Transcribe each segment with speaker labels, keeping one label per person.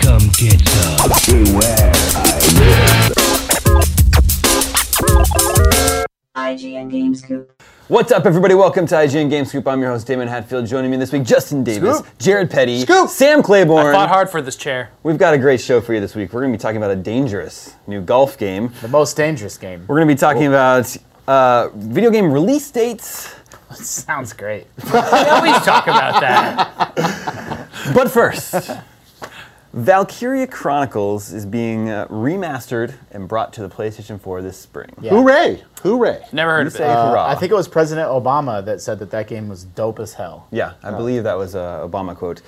Speaker 1: come get some.
Speaker 2: IGN Games Coop.
Speaker 3: What's up, everybody? Welcome to IGN Game Scoop. I'm your host, Damon Hatfield. Joining me this week, Justin Davis, Jared Petty, Sam Claiborne.
Speaker 4: Fought hard for this chair.
Speaker 3: We've got a great show for you this week. We're going to be talking about a dangerous new golf game.
Speaker 4: The most dangerous game.
Speaker 3: We're going to be talking about uh, video game release dates.
Speaker 4: Sounds great. we always talk about that.
Speaker 3: But first, Valkyria Chronicles is being uh, remastered and brought to the PlayStation 4 this spring.
Speaker 4: Yeah.
Speaker 5: Hooray! Hooray!
Speaker 4: Never heard
Speaker 3: You
Speaker 4: of
Speaker 3: say
Speaker 4: it.
Speaker 3: hurrah.
Speaker 5: I think it was President Obama that said that that game was dope as hell.
Speaker 3: Yeah, I believe that was a Uh, Obama quote.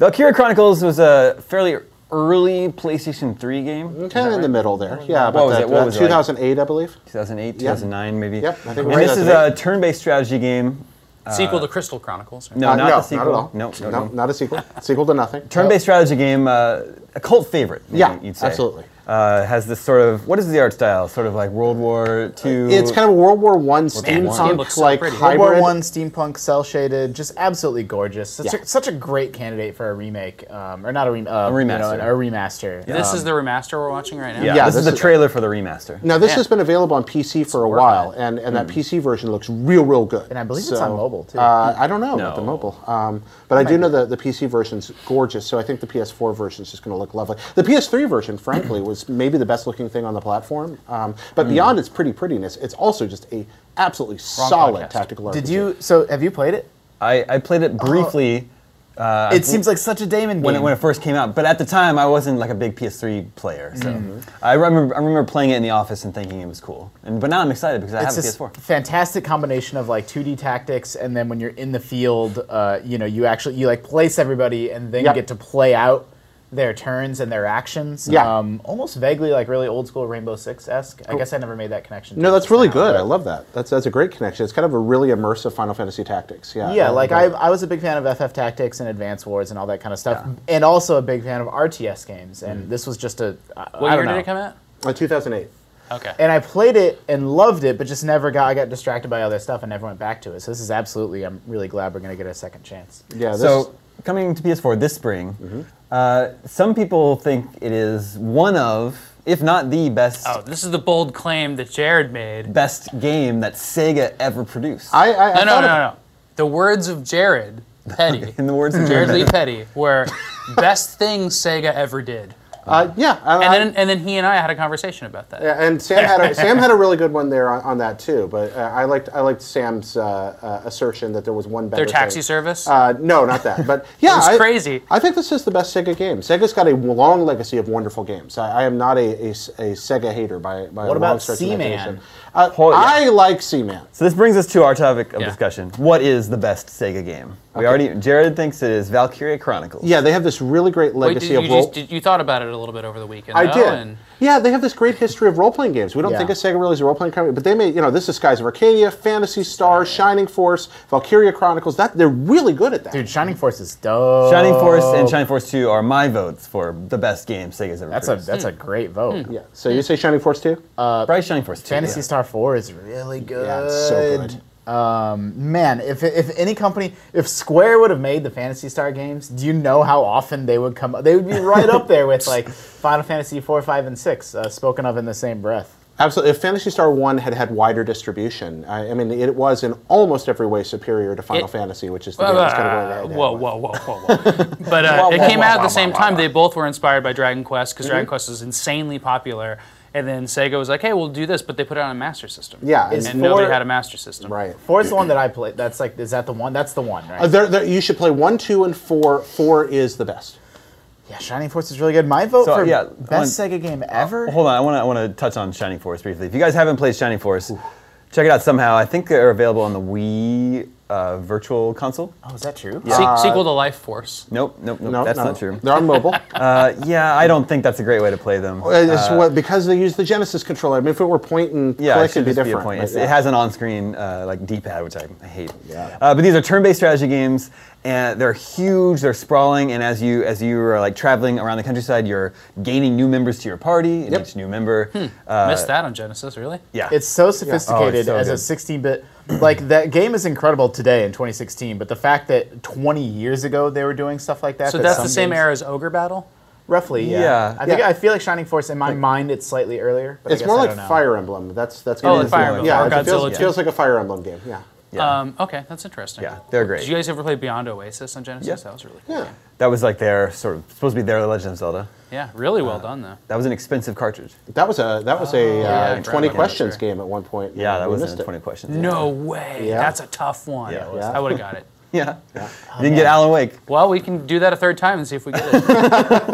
Speaker 3: Valkyria Chronicles was a fairly early PlayStation 3 game,
Speaker 5: Kind of in the middle there. Yeah, about
Speaker 3: was
Speaker 5: that,
Speaker 3: it? What
Speaker 5: about
Speaker 3: was it like?
Speaker 5: 2008, I believe.
Speaker 3: 2008,
Speaker 5: Yeah.
Speaker 3: 2009 maybe.
Speaker 5: Yep, I think it
Speaker 3: and
Speaker 5: was
Speaker 3: this is a
Speaker 5: 2008.
Speaker 3: turn-based strategy game.
Speaker 4: Uh, Sequel to Crystal Chronicles. right?
Speaker 3: No,
Speaker 5: Uh,
Speaker 3: not
Speaker 5: no,
Speaker 3: the sequel.
Speaker 5: not at all.
Speaker 3: No, no, no.
Speaker 5: not a sequel. sequel to nothing.
Speaker 3: Turn-based strategy game, uh, a cult favorite. maybe
Speaker 5: Yeah,
Speaker 3: you'd say.
Speaker 5: absolutely.
Speaker 3: Uh, has this sort of what is the art style? Sort of like World War II.
Speaker 5: It's kind of a World War One
Speaker 4: Man, this game
Speaker 5: steampunk
Speaker 4: looks so
Speaker 5: like
Speaker 4: pretty.
Speaker 5: hybrid.
Speaker 6: World War One steampunk cell shaded, just absolutely gorgeous. Such,
Speaker 5: Yeah.
Speaker 6: a, such a great candidate for a remake, um, or not a, rem- uh, you know,
Speaker 3: remaster.
Speaker 6: a remaster.
Speaker 4: This
Speaker 6: Um,
Speaker 4: is the remaster we're watching right now.
Speaker 3: yeah,
Speaker 5: yeah,
Speaker 3: this, is
Speaker 5: this
Speaker 3: the
Speaker 5: is-
Speaker 3: trailer for the remaster.
Speaker 5: Now this has been available on PC for a while, and, and that PC version looks real, real good.
Speaker 6: Hmm. And I believe it's on mobile, too.
Speaker 5: Uh, I don't know about the
Speaker 3: No.
Speaker 5: mobile, um, but I do know that the PC version's gorgeous. So I think the PS4 version's just going to look lovely. The PS3 version, frankly, was maybe the best looking thing on the platform. Um, but
Speaker 6: Hmm.
Speaker 5: beyond its pretty prettiness, it's also just a absolutely solid
Speaker 4: podcast.
Speaker 5: tactical RPG.
Speaker 6: Did you? So have you played it?
Speaker 3: I, I played
Speaker 5: Oh.
Speaker 3: it briefly
Speaker 6: it seems like such a Damon game.
Speaker 3: when it, when it first came out, but at the time I wasn't like a big PS3 player. So I remember I remember playing it in the office and thinking it was cool. And but now I'm excited because I
Speaker 6: it's
Speaker 3: have a
Speaker 6: this
Speaker 3: PS4.
Speaker 6: fantastic combination of like 2D tactics, and then when you're in the field, uh, you know, you actually you like place everybody, and then
Speaker 5: Yep.
Speaker 6: you get to play out their turns and their actions.
Speaker 5: Yeah.
Speaker 6: Um, almost vaguely like really old school Rainbow Six esque. I guess I never made that connection.
Speaker 5: No,
Speaker 6: till
Speaker 5: that's
Speaker 6: just
Speaker 5: really
Speaker 6: now,
Speaker 5: good.
Speaker 6: but-
Speaker 5: I love that. That's that's a great connection. It's kind of a really immersive Final Fantasy Tactics. Yeah.
Speaker 6: Yeah, like I,
Speaker 5: love it.
Speaker 6: I was a big fan of FF Tactics and Advance Wars and all that kind of stuff, and also a big fan of RTS games.
Speaker 5: Mm.
Speaker 6: And this was just a I,
Speaker 4: What
Speaker 6: I
Speaker 4: year
Speaker 6: don't know.
Speaker 4: did it come out?
Speaker 5: Uh, 2008.
Speaker 4: Okay.
Speaker 6: And I played it and loved it, but just never got. I got distracted by other stuff and never went back to it. So this is absolutely. I'm really glad we're gonna get a second chance.
Speaker 5: Yeah. This,
Speaker 3: So coming to PS4 this spring, uh, some people think it is one of, if not the best,
Speaker 4: Oh, this is the bold claim that Jared made.
Speaker 3: best game that Sega ever produced.
Speaker 5: I, I, I
Speaker 4: No, no, no,
Speaker 5: thought
Speaker 4: no.
Speaker 5: of-
Speaker 4: no. The words of Jared Petty, Mm-hmm.
Speaker 3: in the words of
Speaker 4: Jared Lee Petty, were best thing Sega ever did.
Speaker 5: Uh, yeah, I-
Speaker 4: And
Speaker 5: I-
Speaker 4: then and then he and I had a conversation about that.
Speaker 5: Yeah, and Sam had a, Sam had a really good one there on, on that too. But uh, I liked I liked Sam's uh, uh, assertion that there was one better.
Speaker 4: Their taxi
Speaker 5: thing.
Speaker 4: service.
Speaker 5: Uh, no, not that. But yeah,
Speaker 4: was
Speaker 5: I-
Speaker 4: crazy.
Speaker 5: I think this is the best Sega game. Sega's got a long legacy of wonderful games. I, I am not a, a, a Sega hater by
Speaker 6: What
Speaker 5: by a long
Speaker 6: about
Speaker 5: stretch of
Speaker 6: Seaman?
Speaker 5: imagination. Uh,
Speaker 7: Oh, yeah.
Speaker 5: I like Seaman.
Speaker 7: So this brings us to our topic of
Speaker 4: Yeah.
Speaker 7: discussion. What is the best Sega game? We already Jared thinks it is Valkyria Chronicles.
Speaker 5: Yeah, they have this really great
Speaker 4: Wait, did
Speaker 5: legacy
Speaker 4: you,
Speaker 5: of
Speaker 4: just-
Speaker 5: role.
Speaker 4: did- you thought about it a little bit over the weekend.
Speaker 5: I
Speaker 4: though,
Speaker 5: did.
Speaker 4: and-
Speaker 5: Yeah, they have this great history of role playing games. We don't
Speaker 6: Yeah.
Speaker 5: think of Sega really as a role playing company, but they made you know this is Skies of Arcadia, Fantasy Star, Shining Force, Valkyria Chronicles. That they're really good at that.
Speaker 6: Dude, Shining Force is dope.
Speaker 7: Shining Force and Shining Force 2 are my votes for the best game Sega's ever
Speaker 6: That's a
Speaker 7: produced.
Speaker 6: that's a great vote.
Speaker 5: Yeah. So you say Shining Force too?
Speaker 7: Probably Shining Force 2.
Speaker 6: Fantasy
Speaker 7: yeah.
Speaker 6: Star Four is really good.
Speaker 5: yeah, it's so good.
Speaker 6: Man, if, if any company, if Square would have made the Fantasy Star games, do you know how often they would come? They would be right up there with like Final Fantasy four, five, and six, uh, spoken of in the same breath.
Speaker 5: Absolutely. If Fantasy Star One had had wider distribution, I, I mean, it was in almost every way superior to Final
Speaker 4: It-
Speaker 5: Fantasy, which is the game that's kind of
Speaker 4: Uh,
Speaker 5: going right
Speaker 4: whoa,
Speaker 5: now.
Speaker 4: whoa, whoa, whoa, whoa! but uh, it came out at the same time. They both were inspired by Dragon Quest because Dragon Quest is insanely popular. And then Sega was like, "Hey, we'll do this," but they put it on a Master System.
Speaker 5: Yeah,
Speaker 4: and,
Speaker 5: it's
Speaker 4: nobody
Speaker 6: for-
Speaker 4: had a Master System.
Speaker 5: Right.
Speaker 6: Four is the one that I played. That's like, is that the one? That's the one, right?
Speaker 5: Uh, there, there, you should play one, two, and four. Four is the best.
Speaker 6: yeah, Shining Force is really good. My vote
Speaker 7: So,
Speaker 6: for
Speaker 7: yeah,
Speaker 6: best
Speaker 7: on- Oh,
Speaker 6: Sega game ever.
Speaker 7: Hold on, I want to I want to touch on Shining Force briefly. If you guys haven't played Shining Force, check it out somehow. I think they're available on the Wii uh, Virtual Console.
Speaker 6: Oh, is that true?
Speaker 4: Se- sequel to Life Force.
Speaker 7: Nope, nope, nope.
Speaker 5: No,
Speaker 7: that's
Speaker 5: no.
Speaker 7: not true.
Speaker 5: They're on mobile.
Speaker 7: Uh, yeah, I don't think that's a great way to play them.
Speaker 5: It's what- because they use the Genesis controller. I mean, if it were point and
Speaker 7: Uh, Yeah,
Speaker 5: click,
Speaker 7: it should
Speaker 5: it'd be
Speaker 7: just
Speaker 5: different.
Speaker 7: be a point.
Speaker 5: but
Speaker 7: It's-
Speaker 5: yeah.
Speaker 7: It has an on-screen uh, like D-pad, which I, I hate. Yeah. Uh, but these are turn-based strategy games, and they're huge. They're sprawling, and as you as you are like traveling around the countryside, you're gaining new members to your party. And
Speaker 5: Yep.
Speaker 7: Each new member. Uh,
Speaker 4: Missed that on Genesis, really?
Speaker 7: yeah.
Speaker 6: It's so sophisticated
Speaker 7: so
Speaker 6: as a
Speaker 7: good.
Speaker 6: 16-bit. Like that game is incredible today in 2016, but the fact that 20 years ago they were doing stuff like that.
Speaker 4: So
Speaker 6: that
Speaker 4: that's
Speaker 6: some
Speaker 4: the same
Speaker 6: games-
Speaker 4: era as Ogre Battle.
Speaker 6: Roughly, yeah.
Speaker 7: Yeah.
Speaker 6: I think
Speaker 5: Yeah.
Speaker 6: I feel like Shining Force. In my mind, it's slightly earlier. But I
Speaker 5: It's
Speaker 6: guess
Speaker 5: more
Speaker 6: I
Speaker 5: like
Speaker 6: don't know.
Speaker 5: Fire Emblem. That's that's
Speaker 4: Oh,
Speaker 5: gonna
Speaker 4: like
Speaker 5: be-
Speaker 4: Fire Emblem
Speaker 5: Yeah,
Speaker 4: or
Speaker 5: it feels,
Speaker 4: Godzilla
Speaker 5: it
Speaker 4: too.
Speaker 5: feels like a Fire Emblem game. Yeah.
Speaker 7: yeah.
Speaker 4: Um, okay, that's interesting.
Speaker 7: Yeah, they're great.
Speaker 4: Did you guys ever play Beyond Oasis on Genesis?
Speaker 7: Yeah.
Speaker 4: That was really cool.
Speaker 5: Yeah.
Speaker 7: that was like their sort of supposed to be their Legend of Zelda.
Speaker 4: Yeah, really well done though.
Speaker 7: That was an expensive cartridge.
Speaker 5: That was a that was a
Speaker 4: Oh, yeah,
Speaker 5: uh, twenty
Speaker 4: Dragon Ball,
Speaker 5: questions
Speaker 4: sure.
Speaker 5: game at one point.
Speaker 7: Yeah,
Speaker 5: and
Speaker 7: that
Speaker 5: we
Speaker 7: was
Speaker 5: missed
Speaker 7: in
Speaker 5: it.
Speaker 7: 20 questions.
Speaker 4: No way.
Speaker 5: Yeah.
Speaker 4: That's a tough one.
Speaker 7: Yeah, it
Speaker 5: was.
Speaker 4: I would have got it.
Speaker 7: Yeah. You didn't get Alan Wake.
Speaker 4: Well, we can do that a third time and see if we get it.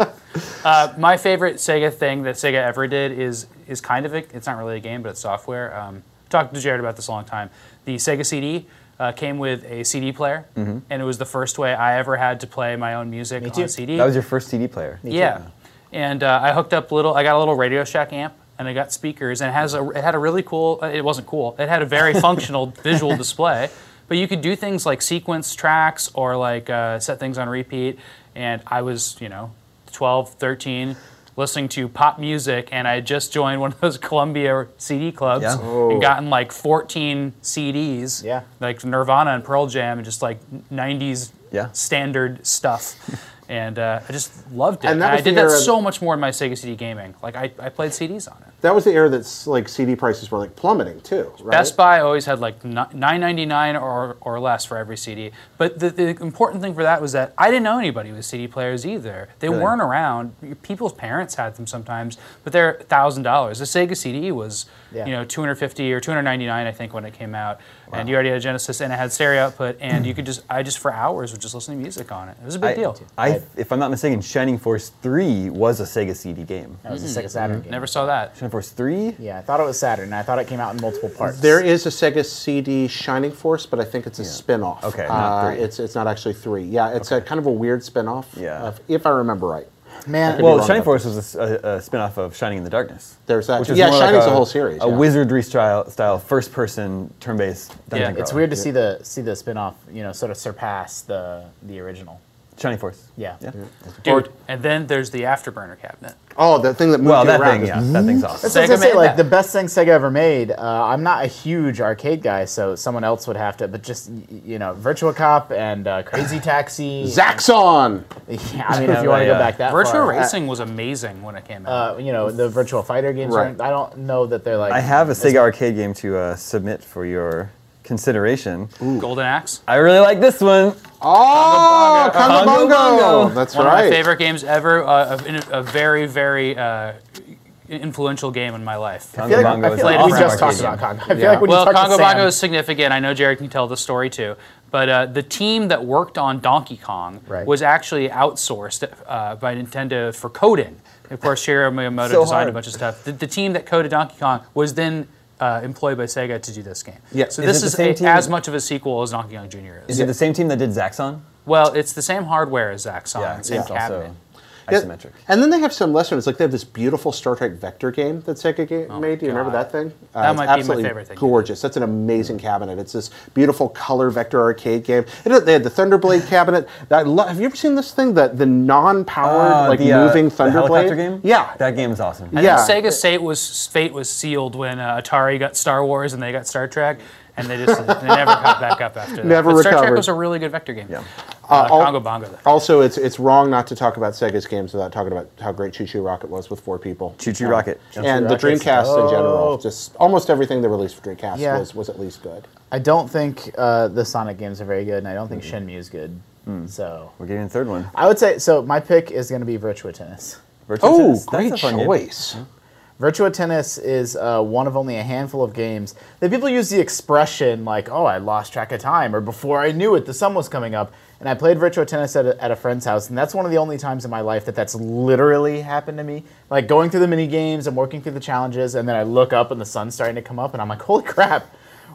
Speaker 4: uh, my favorite Sega thing that Sega ever did is is kind of a, it's not really a game, but it's software. Um, talked to Jared about this a long time. The Sega CD uh, came with a CD player,
Speaker 7: Mm-hmm.
Speaker 4: and it was the first way I ever had to play my own music on
Speaker 6: too.
Speaker 4: CD.
Speaker 7: That was your first CD player.
Speaker 4: yeah, and uh, I hooked up little. I got a little Radio Shack amp. And I got speakers, and it has a. It had a really cool. uh, It wasn't cool. It had a very functional visual display, but you could do things like sequence tracks or like uh, set things on repeat. And I was, you know, 12, 13, listening to pop music, and I had just joined one of those Columbia CD clubs
Speaker 7: Yeah.
Speaker 4: and gotten like 14 CDs,
Speaker 6: Yeah.
Speaker 4: like Nirvana and Pearl Jam, and just like 90s
Speaker 7: Yeah.
Speaker 4: standard stuff. and uh, I just loved it.
Speaker 5: And
Speaker 4: And,
Speaker 5: that was
Speaker 4: I did
Speaker 5: the
Speaker 4: that
Speaker 5: era-
Speaker 4: so much more in my Sega CD gaming. Like I, I played CDs on it.
Speaker 5: That was the era that's like CD prices were like plummeting too. Right?
Speaker 4: Best Buy always had like nine ninety nine or or less for every CD. But the, the important thing for that was that I didn't know anybody with CD players either. They weren't around. People's parents had them sometimes, but they're thousand dollars. The Sega CD was
Speaker 6: Yeah.
Speaker 4: you know two hundred fifty or two hundred ninety nine I think when it came out. And you already had a Genesis and it had stereo output, and you could just I just for hours would just listen to music on it. It was a big
Speaker 7: I,
Speaker 4: deal.
Speaker 7: I, if I'm not mistaken, Shining Force 3 was a Sega CD game.
Speaker 6: That was a Sega Saturn game.
Speaker 4: Mm-hmm. Never saw that.
Speaker 7: Shining Force 3?
Speaker 6: Yeah, I thought it was Saturn. and I thought it came out in multiple parts.
Speaker 5: There is a Sega CD Shining Force, but I think it's a spin-off.
Speaker 7: Okay, not
Speaker 5: Uh,
Speaker 7: three.
Speaker 5: it's it's not actually three. Yeah, it's a kind of a weird spin-off.
Speaker 7: Yeah.
Speaker 5: of- if I remember right.
Speaker 6: man.
Speaker 5: be
Speaker 7: Well,
Speaker 5: wrong
Speaker 7: Shining
Speaker 5: about
Speaker 7: Force was a, s- a- a spin-off of Shining in the Darkness.
Speaker 5: There's that.
Speaker 7: Which is
Speaker 5: Yeah,
Speaker 7: more
Speaker 5: Shining's
Speaker 7: like
Speaker 5: a whole series,
Speaker 7: A
Speaker 5: yeah.
Speaker 7: wizardry style, style first-person turn-based dungeon
Speaker 4: Yeah,
Speaker 7: crawler.
Speaker 6: it's weird to see the see the spin-off, you know, sort of surpass the the original.
Speaker 7: Shining Force.
Speaker 6: Yeah.
Speaker 7: Yeah.
Speaker 4: Dude, and then there's the afterburner cabinet.
Speaker 5: Oh, that thing that moved
Speaker 7: Well,
Speaker 5: you
Speaker 7: that
Speaker 5: around.
Speaker 7: thing,
Speaker 5: is-
Speaker 7: yeah, that thing's awesome.
Speaker 6: That's what I was
Speaker 4: Sega
Speaker 6: gonna say.
Speaker 4: made
Speaker 6: Like
Speaker 4: that.
Speaker 6: the best thing Sega ever made. Uh, I'm not a huge arcade guy, so someone else would have to. But just y- y- you know, Virtua Cop and uh, Crazy Taxi.
Speaker 5: Zaxxon.
Speaker 6: Yeah, I mean, if you want to
Speaker 7: Yeah.
Speaker 6: go back that
Speaker 4: Virtual
Speaker 6: far.
Speaker 4: Racing was amazing when it came out.
Speaker 6: Uh, you know, the Virtual Fighter games.
Speaker 5: Right.
Speaker 6: aren't- I don't know that they're like.
Speaker 7: I have a Sega arcade game to uh, submit for your consideration.
Speaker 4: Golden Axe.
Speaker 7: I really like this one.
Speaker 5: Oh,
Speaker 7: Congo
Speaker 5: Congo
Speaker 7: Bongo.
Speaker 5: Bongo. That's
Speaker 4: One
Speaker 5: right.
Speaker 4: of my favorite games ever. Uh, a, a very, very uh, influential game in my life.
Speaker 6: I feel like,
Speaker 7: Bongo
Speaker 6: I
Speaker 7: is
Speaker 6: feel
Speaker 7: an
Speaker 6: like we
Speaker 7: awesome
Speaker 6: just
Speaker 7: arcade
Speaker 6: talked about
Speaker 7: game.
Speaker 6: Congo. I feel
Speaker 5: Yeah.
Speaker 6: like when
Speaker 4: well,
Speaker 6: you talk
Speaker 4: Congo
Speaker 6: to Sam,
Speaker 4: Bongo is significant. I know Jared can tell the story too. But uh, the team that worked on Donkey Kong
Speaker 6: Right.
Speaker 4: was actually outsourced uh, by Nintendo for coding. Of course, Shigeru Miyamoto
Speaker 7: So
Speaker 4: designed
Speaker 7: hard.
Speaker 4: a bunch of stuff. The, the team that coded Donkey Kong was then uh, employed by Sega to do this game.
Speaker 5: Yeah.
Speaker 4: So
Speaker 7: Is it
Speaker 4: this
Speaker 7: the
Speaker 4: is
Speaker 7: same
Speaker 4: a,
Speaker 7: team?
Speaker 4: as much of a sequel as Donkey Kong Jr. is.
Speaker 7: Is it the same team that did Zaxxon?
Speaker 4: Well, it's the same hardware as Zaxxon, same
Speaker 7: it's
Speaker 4: cabinet.
Speaker 7: also
Speaker 5: Yeah.
Speaker 7: isometric.
Speaker 5: And then they have some lesser ones. Like they have this beautiful Star Trek vector game that Sega ga- made. Do you remember
Speaker 4: Oh God.
Speaker 5: that thing? Uh,
Speaker 4: That
Speaker 5: it's
Speaker 4: might be my
Speaker 5: absolutely
Speaker 4: favorite thing.
Speaker 5: Gorgeous. That's an amazing cabinet. It's this beautiful color vector arcade game. And it- they had the Thunderblade cabinet. That lo- have you ever seen this thing? The the non-powered
Speaker 7: Uh,
Speaker 5: like
Speaker 7: the, uh,
Speaker 5: moving
Speaker 7: the helicopter
Speaker 5: Thunderblade
Speaker 7: game?
Speaker 5: Yeah.
Speaker 7: That game is awesome.
Speaker 5: I
Speaker 4: Yeah.
Speaker 5: Yeah.
Speaker 4: Sega's fate was fate was sealed when uh, Atari got Star Wars and they got Star Trek, and they just they never caught back up after that.
Speaker 5: Never
Speaker 4: but Star Trek
Speaker 5: recovered.
Speaker 4: was a really good vector game. Yeah. Uh,
Speaker 5: all-
Speaker 4: Congo Bongo. Though.
Speaker 5: also, it's it's wrong not to talk about Sega's games without talking about how great Choo Choo Rocket was with four people.
Speaker 7: Choo Choo Rocket.
Speaker 5: and the
Speaker 6: Rocket's
Speaker 5: Dreamcast in general,
Speaker 6: dope.
Speaker 5: just almost everything they released for Dreamcast
Speaker 6: Yeah.
Speaker 5: was, was at least good.
Speaker 6: I don't think uh, the Sonic games are very good, and I don't think Shenmue is good. So
Speaker 7: We're getting a third one.
Speaker 6: I would say so. My pick is going to be Virtua Tennis.
Speaker 7: Virtua
Speaker 5: Oh,
Speaker 7: Tennis, that's
Speaker 5: great
Speaker 7: a fun game.
Speaker 5: choice!
Speaker 6: Virtua Tennis is uh, one of only a handful of games that people use the expression like, "Oh, I lost track of time," or "Before I knew it, the sun was coming up." And I played Virtua Tennis at a, at a friend's house, and that's one of the only times in my life that that's literally happened to me. Like going through the mini games and working through the challenges, and then I look up and the sun's starting to come up, and I'm like, "Holy crap!"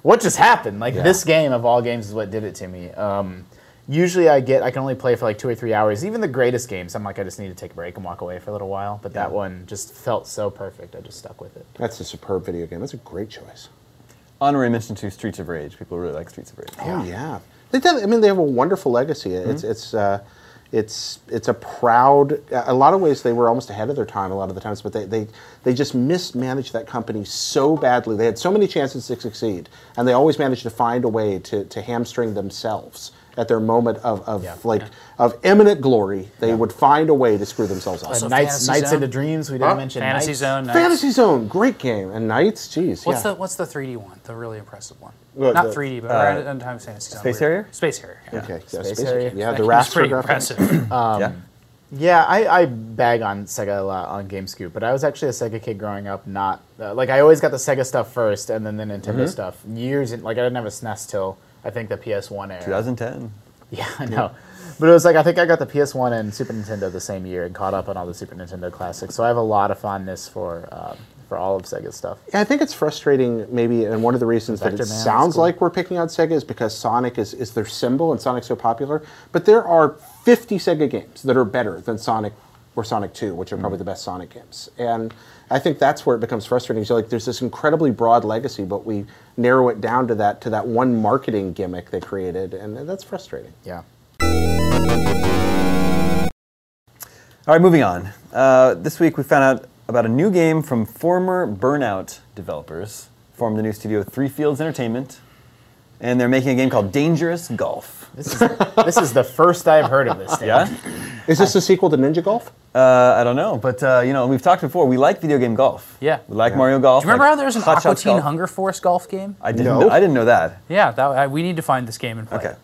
Speaker 6: what just happened? Like this game of all games is what did it to me. Um, usually I get I can only play for like two or three hours. Even the greatest games, I'm like I just need to take a break and walk away for a little while. But that one just felt so perfect. I just stuck with it.
Speaker 5: That's a superb video game. That's a great choice.
Speaker 7: Honorary mention to Streets of Rage. People really like Streets of Rage.
Speaker 5: Oh yeah, they did, I mean, they have a wonderful legacy. It's
Speaker 6: Mm-hmm.
Speaker 5: it's uh, it's it's a proud. A lot of ways they were almost ahead of their time. A lot of the times, but they they, they just mismanaged that company so badly. They had so many chances to succeed, and they always managed to find a way to, to hamstring themselves at their moment of, of
Speaker 6: Yeah.
Speaker 5: like of eminent glory. They would find a way to screw themselves up.
Speaker 4: So
Speaker 6: Nights,
Speaker 4: Fantasy
Speaker 6: Nights
Speaker 4: Zone?
Speaker 6: into Dreams. We didn't mention
Speaker 4: Fantasy
Speaker 6: Nights.
Speaker 4: Zone. Knights.
Speaker 5: Fantasy Zone, great game, and Knights, jeez,
Speaker 4: What's
Speaker 5: yeah.
Speaker 4: the What's the 3D one? The really impressive one.
Speaker 5: Well,
Speaker 4: Not
Speaker 5: the-
Speaker 4: 3D, but right at the time of Fantasy Zone.
Speaker 7: Space
Speaker 4: we were-
Speaker 7: Harrier?
Speaker 4: Space Harrier. Yeah.
Speaker 5: okay, yeah,
Speaker 6: Space
Speaker 5: Space
Speaker 6: Area.
Speaker 5: Area. yeah,
Speaker 4: That
Speaker 5: the
Speaker 4: game was
Speaker 5: raster
Speaker 4: pretty
Speaker 5: graphics.
Speaker 4: impressive.
Speaker 7: yeah.
Speaker 6: Yeah, I, I bag on Sega a lot on GameScoop, but I was actually a Sega kid growing up. Not uh, like I always got the Sega stuff first, and then the Nintendo
Speaker 4: Mm-hmm.
Speaker 6: stuff. Years in, like I didn't have a SNES till I think the PS1 era.
Speaker 7: 2010.
Speaker 6: Yeah, I know. But it was like I think I got the PS1 and Super Nintendo the same year and caught up on all the Super Nintendo classics. So I have a lot of fondness for um, for all of Sega's stuff.
Speaker 5: Yeah, I think it's frustrating, maybe, and one of the reasons that
Speaker 6: Vector
Speaker 5: it
Speaker 6: Man was
Speaker 5: sounds
Speaker 6: cool.
Speaker 5: like we're picking on Sega is because Sonic is, is their symbol and Sonic's so popular. But there are 50 Sega games that are better than Sonic or Sonic 2, which are
Speaker 6: Mm.
Speaker 5: probably the best Sonic games. And I think that's where it becomes frustrating. So like there's this incredibly broad legacy, but we narrow it down to that to that one marketing gimmick they created, and that's frustrating.
Speaker 6: Yeah.
Speaker 7: All right, moving on. Uh, this week we found out about a new game from former Burnout developers, formed the new studio Three Fields Entertainment, and they're making a game called Dangerous Golf. Uh,
Speaker 6: This is, this is the first I've heard of this thing.
Speaker 7: Yeah?
Speaker 5: Is this a sequel to Ninja Golf?
Speaker 7: Uh, I don't know, but uh, you know we've talked before. We like video game golf.
Speaker 4: Yeah.
Speaker 7: We like Mario Golf.
Speaker 4: Do you remember
Speaker 7: like
Speaker 4: how there's an
Speaker 7: Hot
Speaker 4: Aqua
Speaker 7: Shots
Speaker 4: Teen
Speaker 7: Golf.
Speaker 4: Hunger Force golf game?
Speaker 7: I didn't.
Speaker 5: No.
Speaker 7: Know, I didn't know that.
Speaker 4: Yeah, that, I, we need to find this game and play.
Speaker 7: Okay.
Speaker 4: it.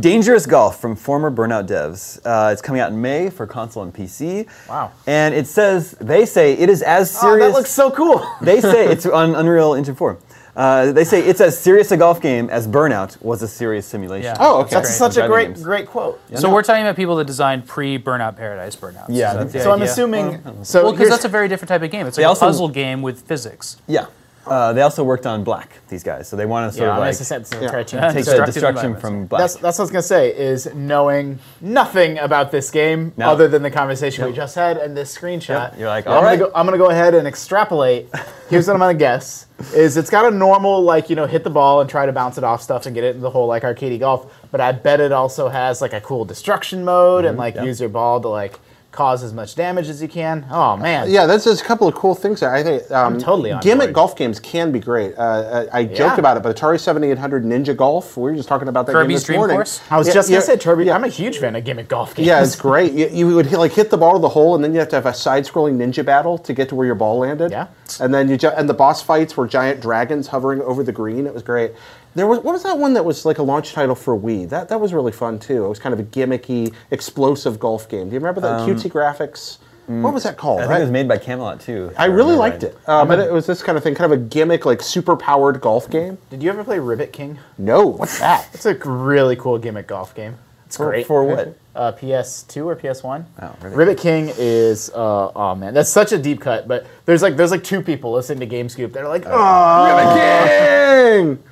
Speaker 7: Dangerous Golf from former Burnout devs. Uh, it's coming out in May for console and PC.
Speaker 6: Wow.
Speaker 7: And it says they say it is as
Speaker 6: Oh,
Speaker 7: serious.
Speaker 6: that looks so cool.
Speaker 7: they say it's on Unreal Engine 4. Uh, they say it's as serious a golf game as Burnout was a serious simulation.
Speaker 4: Yeah. Oh,
Speaker 5: okay.
Speaker 6: That's
Speaker 4: Great.
Speaker 6: such a
Speaker 7: Driving
Speaker 6: great
Speaker 7: games.
Speaker 6: great quote.
Speaker 4: So we're talking about people that designed pre-Burnout Paradise Burnout.
Speaker 7: Yeah,
Speaker 4: So,
Speaker 7: that's
Speaker 6: So I'm
Speaker 4: assuming.
Speaker 6: assuming. So
Speaker 4: Well, because
Speaker 6: here's-
Speaker 4: that's a very different type of game. It's
Speaker 7: They
Speaker 4: like
Speaker 7: also-
Speaker 4: a puzzle game with physics.
Speaker 7: Yeah. Uh, they also worked on Black, these guys. So they want to
Speaker 6: yeah,
Speaker 7: sort
Speaker 6: I'm
Speaker 7: of like
Speaker 6: just saying it's a
Speaker 5: Yeah.
Speaker 6: cartoon.
Speaker 7: take the
Speaker 4: Destructive
Speaker 7: destruction
Speaker 4: environments.
Speaker 7: from Black.
Speaker 6: That's, that's what I was gonna say. Is knowing nothing about this game
Speaker 7: No.
Speaker 6: other than the conversation we just had and this screenshot.
Speaker 7: Yep. You're like,
Speaker 6: I'm
Speaker 7: all
Speaker 6: gonna
Speaker 7: right.
Speaker 6: Go, I'm gonna go ahead and extrapolate. Here's what I'm gonna guess: is it's got a normal like you know hit the ball and try to bounce it off stuff and get it into the hole like arcade golf. But I bet it also has like a cool destruction mode
Speaker 7: Mm-hmm.
Speaker 6: and like use your ball to like cause as much damage as you can. Oh man,
Speaker 5: Yeah, that's just a couple of cool things there. I think um,
Speaker 6: totally on
Speaker 5: gimmick
Speaker 6: board.
Speaker 5: golf games can be great. Uh, I, I joked about it, but Atari 7800 Ninja Golf. We were just talking about that game
Speaker 4: Kirby's
Speaker 5: this
Speaker 4: Dream
Speaker 5: morning.
Speaker 4: Course?
Speaker 6: I was
Speaker 5: Yeah,
Speaker 6: just
Speaker 5: yeah,
Speaker 6: gonna say, Turby, I'm a huge fan of gimmick golf games.
Speaker 5: Yeah, it's great. You, you would hit, like hit the ball to the hole, and then you have to have a side-scrolling ninja battle to get to where your ball landed.
Speaker 6: Yeah.
Speaker 5: and then you ju- and the boss fights were giant dragons hovering over the green. It was great. There was what was that one that was like a launch title for Wii? That that was really fun too. It was kind of a gimmicky, explosive golf game. Do you remember that cutesy graphics? What was that called?
Speaker 7: I think it was made by Camelot too. if
Speaker 5: I really
Speaker 7: remember
Speaker 5: liked
Speaker 7: right.
Speaker 5: it, uh, but it was this kind of thing, kind of a gimmick, like super powered golf game.
Speaker 6: Did you ever play Rivet King?
Speaker 5: No, what's that?
Speaker 6: It's a really cool gimmick golf game. It's
Speaker 7: For-
Speaker 6: great.
Speaker 7: for what?
Speaker 6: Uh, PS2 or PS1?
Speaker 7: Oh, Rivet
Speaker 6: Rivet, King is uh, oh man, that's such a deep cut. But there's like there's like two people listening to GameScoop. They're like,
Speaker 7: Uh,
Speaker 6: oh,
Speaker 5: Dang!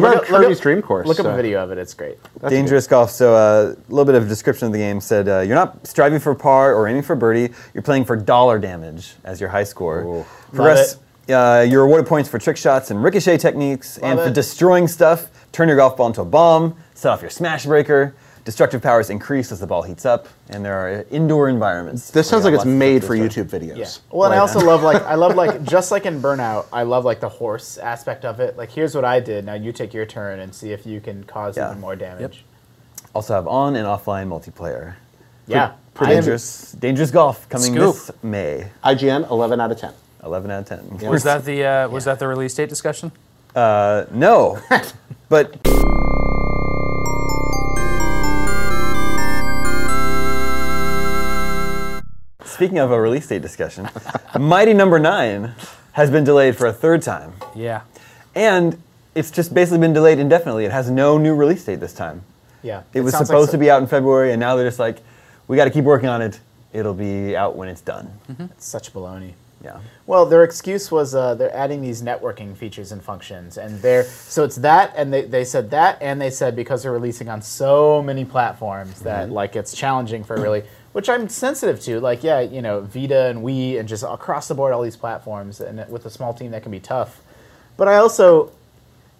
Speaker 6: Look
Speaker 5: brought
Speaker 6: up- look up-
Speaker 5: Kirby's Dream Course.
Speaker 6: look up
Speaker 5: so-
Speaker 6: a video of it. It's great.
Speaker 7: Dangerous golf. So uh, a little bit of description of the game said uh, you're not striving for par or aiming for birdie. You're playing for dollar damage as your high score. Progress. Uh, you're awarded points for trick shots and ricochet techniques, and
Speaker 6: Love
Speaker 7: for
Speaker 6: it.
Speaker 7: destroying stuff. Turn your golf ball into a bomb. Set off your smash breaker. Destructive powers increase as the ball heats up, and there are indoor environments.
Speaker 5: This sounds
Speaker 7: We
Speaker 5: like
Speaker 7: got
Speaker 5: it's
Speaker 7: lots of
Speaker 5: made
Speaker 7: stuff
Speaker 5: for
Speaker 7: to
Speaker 5: YouTube
Speaker 7: destroy.
Speaker 5: videos.
Speaker 6: Yeah. Well, and I
Speaker 7: Why
Speaker 6: also
Speaker 7: not?
Speaker 6: love like I love like just like in Burnout, I love like the horse aspect of it. Like here's what I did. Now you take your turn and see if you can cause
Speaker 7: Yeah.
Speaker 6: even more damage.
Speaker 7: Also have on and offline multiplayer.
Speaker 6: Yeah.
Speaker 7: Pretty
Speaker 6: I am-
Speaker 7: dangerous. Dangerous golf coming
Speaker 4: Scoop.
Speaker 7: this May.
Speaker 5: IGN, 11 out of 10.
Speaker 7: 11 out of 10.
Speaker 4: Was that the uh, was that the release date discussion?
Speaker 7: No, but speaking of a release date discussion, Mighty Number Nine has been delayed for a third time,
Speaker 4: Yeah.
Speaker 7: and it's just basically been delayed indefinitely. It has no new release date this time.
Speaker 6: Yeah.
Speaker 7: It, was
Speaker 6: sounds
Speaker 7: supposed
Speaker 6: like so-
Speaker 7: to be out in February, and now they're just like, we got to keep working on it. It'll be out when it's done.
Speaker 6: such baloney.
Speaker 7: Yeah.
Speaker 6: Well, their excuse was uh, they're adding these networking features and functions, and they're so it's that, and they, they said that, and they said because they're releasing on so many platforms that like it's challenging for really, which I'm sensitive to. Like, yeah, you know, Vita and Wii, and just across the board, all these platforms, and with a small team that can be tough. But I also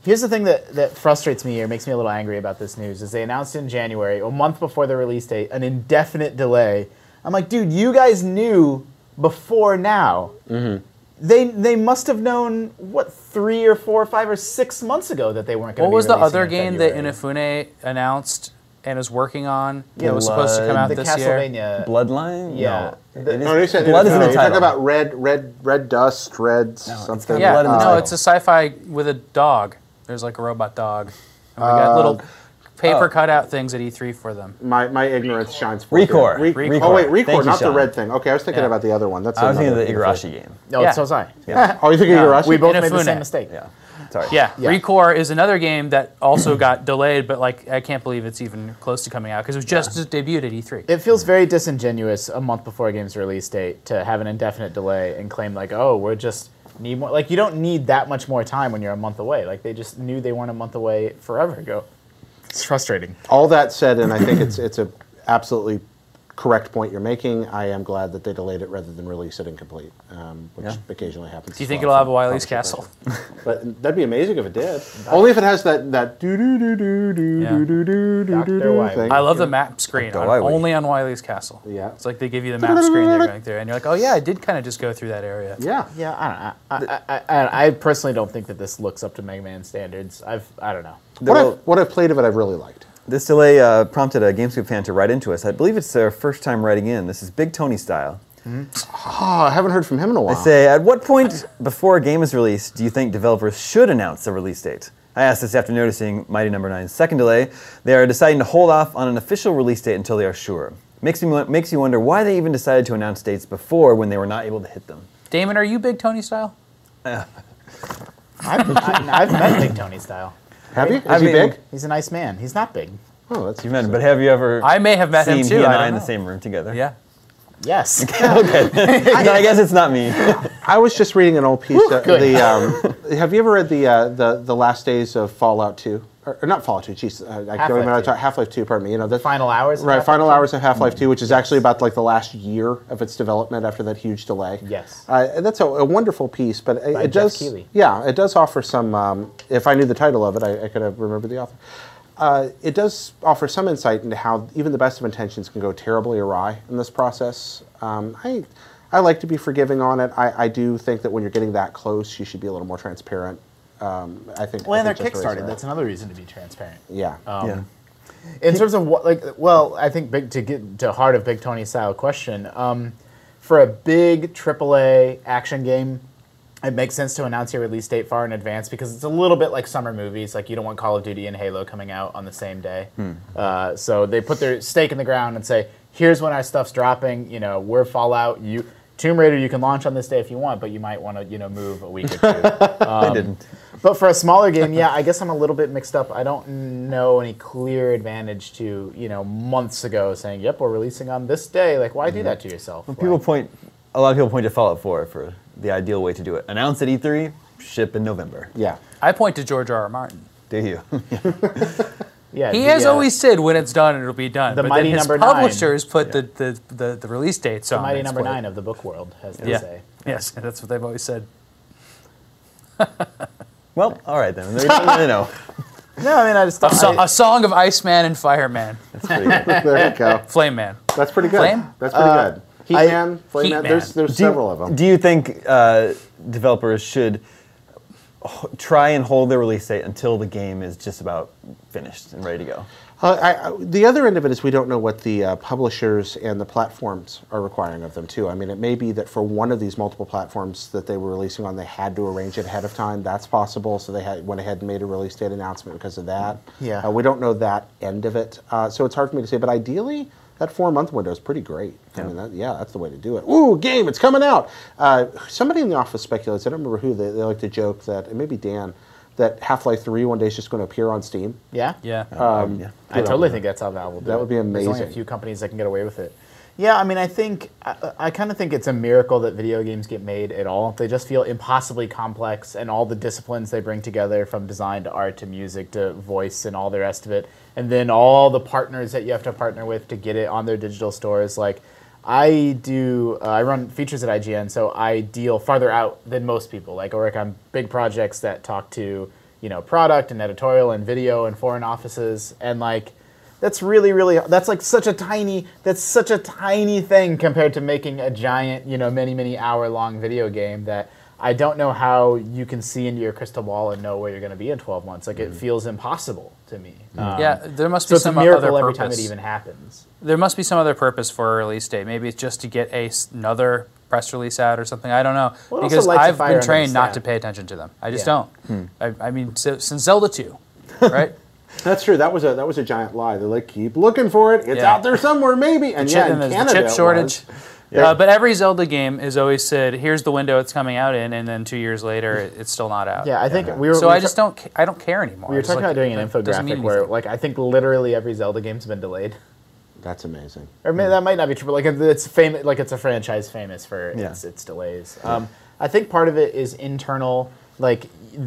Speaker 6: Here's the thing that, that frustrates me or makes me a little angry about this news is they announced in January, a month before the release date, an indefinite delay. I'm like, dude, you guys knew before now. They they must have known what three or four or five or six months ago that they weren't going to.
Speaker 4: What was the other game that Inafune announced and is working on that was supposed to come out
Speaker 6: the
Speaker 4: this
Speaker 6: Castlevania?
Speaker 4: year?
Speaker 7: Bloodline?
Speaker 6: Yeah.
Speaker 7: No.
Speaker 6: The-
Speaker 7: It is-
Speaker 5: No, you said
Speaker 7: blood is in the
Speaker 5: You're talking
Speaker 7: title.
Speaker 5: about red, red, red dust, red something.
Speaker 7: got
Speaker 4: Yeah,
Speaker 7: Blood in the
Speaker 4: no,
Speaker 7: title.
Speaker 4: it's a sci-fi with a dog. There's like a robot dog, and we got
Speaker 7: Uh,
Speaker 4: little
Speaker 7: oh.
Speaker 4: paper cutout things at E3 for them.
Speaker 5: My, my ignorance shines forth. here.
Speaker 7: Recore.
Speaker 5: Re-
Speaker 7: Recore.
Speaker 5: Oh, wait, Recore,
Speaker 7: Thank you,
Speaker 5: not the
Speaker 7: Sean.
Speaker 5: red thing. Okay, I was thinking
Speaker 4: Yeah.
Speaker 5: about the other one. That's
Speaker 7: I was thinking
Speaker 5: another
Speaker 7: of the Igarashi game.
Speaker 6: No,
Speaker 4: Yeah.
Speaker 6: so was I.
Speaker 5: Oh, you think of Igarashi?
Speaker 6: We both made the
Speaker 4: Inafune.
Speaker 6: same mistake.
Speaker 7: Yeah. Sorry.
Speaker 4: Yeah,
Speaker 6: Yeah.
Speaker 4: Recore is another game that also got delayed, but like I can't believe it's even close to coming out because it was just debuted at E E3.
Speaker 6: It feels very disingenuous a month before a game's release date to have an indefinite delay and claim like, oh, we're just need more. Like you don't need that much more time when you're a month away. Like they just knew they weren't a month away forever ago. It's frustrating.
Speaker 5: All that said, and I think it's it's a absolutely correct point you're making. I am glad that they delayed it rather than release it incomplete, um, which
Speaker 7: Yeah.
Speaker 5: occasionally happens.
Speaker 4: Do you think it'll have a Wily's Castle?
Speaker 5: But that'd be amazing if it did. Only if it has that that do do do do do
Speaker 4: Yeah.
Speaker 5: do do do do
Speaker 6: Dr.
Speaker 5: do
Speaker 6: Wiley.
Speaker 5: thing.
Speaker 4: I love the map screen
Speaker 7: Dr.
Speaker 4: on-
Speaker 7: Wily.
Speaker 4: only on Wily's Castle.
Speaker 5: Yeah.
Speaker 4: it's like they give you the map screen there, right there, and you're like, oh yeah, I did kind of just go through that area.
Speaker 5: Yeah.
Speaker 6: Yeah, I don't. I, I, I, I personally don't think that this looks up to Mega Man standards. I've I don't know.
Speaker 5: What
Speaker 7: Well-
Speaker 5: I've, what I've played of it, I've really liked.
Speaker 7: This delay uh, prompted a GameScoop fan to write into us. I believe it's their first time writing in. This is Big Tony style.
Speaker 5: Oh, I haven't heard from him in a while.
Speaker 7: They say, at what point before a game is released do you think developers should announce a release date? I asked this after noticing Mighty Number Nine's second delay. They are deciding to hold off on an official release date until they are sure. Makes, me, makes you wonder why they even decided to announce dates before when they were not able to hit them.
Speaker 4: Damon, are you big Tony style?
Speaker 6: I've, I, I've met Big Tony style.
Speaker 5: have you? Is
Speaker 7: I
Speaker 5: he
Speaker 7: mean-
Speaker 5: big?
Speaker 6: He's a nice man. He's not big.
Speaker 5: Oh, that's
Speaker 7: You've met him, but have you ever
Speaker 4: I may have met him
Speaker 7: seen
Speaker 4: too,
Speaker 7: he and
Speaker 4: I
Speaker 7: I,
Speaker 4: don't
Speaker 7: in the
Speaker 4: know.
Speaker 7: same room together?
Speaker 4: Yeah.
Speaker 6: Yes.
Speaker 7: no, I guess it's not me.
Speaker 5: I was just reading an old piece. uh,
Speaker 6: good.
Speaker 5: the um, have you ever read the uh, the the last days of Fallout Two? Or, or not Fallout Two, jeez, uh, I can't
Speaker 6: Half-Life
Speaker 5: remember.
Speaker 6: 2.
Speaker 5: Half Life Two, pardon me. You know the
Speaker 6: Final hours of
Speaker 5: right?
Speaker 6: Half-Life
Speaker 5: Final
Speaker 6: 2?
Speaker 5: hours of Half Life Two, which is actually about like the last year of its development after that huge delay.
Speaker 6: Yes.
Speaker 5: uh, and that's a, a wonderful piece, but it,
Speaker 6: By
Speaker 5: it
Speaker 6: Jeff
Speaker 5: does.
Speaker 6: Keighley.
Speaker 5: Yeah, it does offer some. Um, if I knew the title of it, I, I could have remembered the author. Uh, it does offer some insight into how even the best of intentions can go terribly awry in this process. Um, I, I like to be forgiving on it. I, I do think that when you're getting that close, you should be a little more transparent. Um, I think.
Speaker 6: Well, and
Speaker 5: I
Speaker 6: they're
Speaker 5: think Jeff's raising
Speaker 6: kickstarted. That's another reason to be transparent.
Speaker 5: that. yeah.
Speaker 7: yeah.
Speaker 6: in terms of what like well i think big to get to heart of big tony style question um, for a big aaa action game it makes sense to announce your release date far in advance because it's a little bit like summer movies. Like you don't want Call of Duty and Halo coming out on the same day.
Speaker 7: Hmm.
Speaker 6: Uh, so they put their stake in the ground and say, "Here's when our stuff's dropping. You know, we're Fallout. You Tomb Raider. You can launch on this day if you want, but you might want to, you know, move a week or two. Um,
Speaker 7: they didn't.
Speaker 6: but for a smaller game, yeah, I guess I'm a little bit mixed up. I don't know any clear advantage to you know months ago saying, "Yep, we're releasing on this day." Like, why do that to yourself?
Speaker 7: Mm-hmm. People
Speaker 6: Like-
Speaker 7: point. A lot of people point to Fallout 4 for the ideal way to do it. Announce at E3, ship in November.
Speaker 5: Yeah.
Speaker 4: I point to George R. R. Martin.
Speaker 7: Do you?
Speaker 6: yeah,
Speaker 4: He
Speaker 6: the,
Speaker 4: has
Speaker 6: uh,
Speaker 4: always said when it's done, it'll be done.
Speaker 6: The
Speaker 4: but
Speaker 6: mighty
Speaker 4: then his
Speaker 6: number nine.
Speaker 4: publishers put the, the, the, the release dates on.
Speaker 6: mighty
Speaker 4: It's
Speaker 6: number
Speaker 4: what-
Speaker 6: nine of the book world, as they
Speaker 4: Yeah.
Speaker 6: say.
Speaker 4: Yes, that's what they've always said.
Speaker 7: well, all right then. There you go. I know.
Speaker 6: No, I mean I just
Speaker 4: A, so- a song of Iceman and Fireman,
Speaker 7: That's pretty good.
Speaker 5: There you go.
Speaker 4: Flame Man.
Speaker 5: That's pretty good.
Speaker 4: Flame?
Speaker 5: That's pretty good. Heat
Speaker 6: I-
Speaker 5: Man, Flame
Speaker 4: Heat
Speaker 5: Man.
Speaker 4: Man.
Speaker 5: There's there's
Speaker 7: Do you-
Speaker 5: several of them.
Speaker 7: Do you think uh, developers should h- try and hold their release date until the game is just about finished and ready to go?
Speaker 5: Uh, I, I, the other end of it is we don't know what the uh, publishers and the platforms are requiring of them too. I mean, it may be that for one of these multiple platforms that they were releasing on, they had to arrange it ahead of time. That's possible. So they had, went ahead and made a release date announcement because of that.
Speaker 6: Yeah.
Speaker 5: Uh, we don't know that end of it, uh, so it's hard for me to say. But ideally, that four month window is pretty great. I mean, that, yeah, that's the way to do it. Ooh, game, it's coming out. Uh, somebody in the office speculates. I don't remember who. They, they like to joke that, and maybe Dan, that Half Life Three one day is just going to appear on Steam. Um,
Speaker 6: Yeah,
Speaker 4: Um, Yeah.
Speaker 6: Ah.
Speaker 7: yeah.
Speaker 6: I totally think that's how Valve will do
Speaker 5: That
Speaker 6: it.
Speaker 5: would be
Speaker 6: There's only
Speaker 5: amazing.
Speaker 6: a few companies that can get away with it. Yeah, I mean, I think I, I kind of think it's a miracle that video games get made at all. They just feel impossibly complex, and all the disciplines they bring together, from design to art to music to voice and all the rest of it, and then all the partners that you have to partner with to get it on their digital stores, like. I do. Uh, I run features at IGN, so I deal farther out than most people. Like I work on big projects that talk to you know product and editorial and video and foreign offices, and like that's really really that's like such a tiny that's such a tiny thing compared to making a giant you know many many hour long video game that i don't know how you can see into your crystal ball and know where you're going to be in 12 months like it feels impossible to me Um,
Speaker 4: yeah, there must
Speaker 6: so
Speaker 4: be
Speaker 6: it's a
Speaker 4: some other
Speaker 6: miracle every
Speaker 4: purpose.
Speaker 6: time it even happens
Speaker 4: There must be some other purpose for a release date. Maybe it's just to get a, s- another press release out or something. I don't know.
Speaker 6: Well, it also
Speaker 4: because
Speaker 6: lights a
Speaker 4: I've
Speaker 6: fire
Speaker 4: been
Speaker 6: under the
Speaker 4: trained not
Speaker 6: sap.
Speaker 4: to pay attention to them. I just
Speaker 6: Yeah. Hmm.
Speaker 4: don't. I, I mean, so, since Zelda 2, right?
Speaker 5: That's true. That was a that was a giant lie. They're like, keep looking for it. It's
Speaker 4: Yeah.
Speaker 5: out there somewhere, maybe. And yeah,
Speaker 4: chip,
Speaker 5: in
Speaker 4: and there's
Speaker 5: Canada,
Speaker 4: the
Speaker 5: it
Speaker 4: chip
Speaker 5: was.
Speaker 4: shortage. Uh, but every Zelda game is always said, "Here's the window it's coming out in," and then two years later, it, it's still not out.
Speaker 6: yeah i think we were
Speaker 4: So
Speaker 6: we were
Speaker 4: I just
Speaker 6: ta-
Speaker 4: don't. ca- I don't care anymore.
Speaker 6: we were
Speaker 4: It's
Speaker 6: talking
Speaker 4: like,
Speaker 6: about doing an
Speaker 4: that doesn't mean
Speaker 6: infographic where
Speaker 4: anything.
Speaker 6: like i think literally every zelda game's been delayed
Speaker 5: That's amazing.
Speaker 6: Or may, that might not be true, but like it's famous, like it's a franchise famous for
Speaker 7: Yeah.
Speaker 6: its, its delays. Um, I think part of it is internal. Like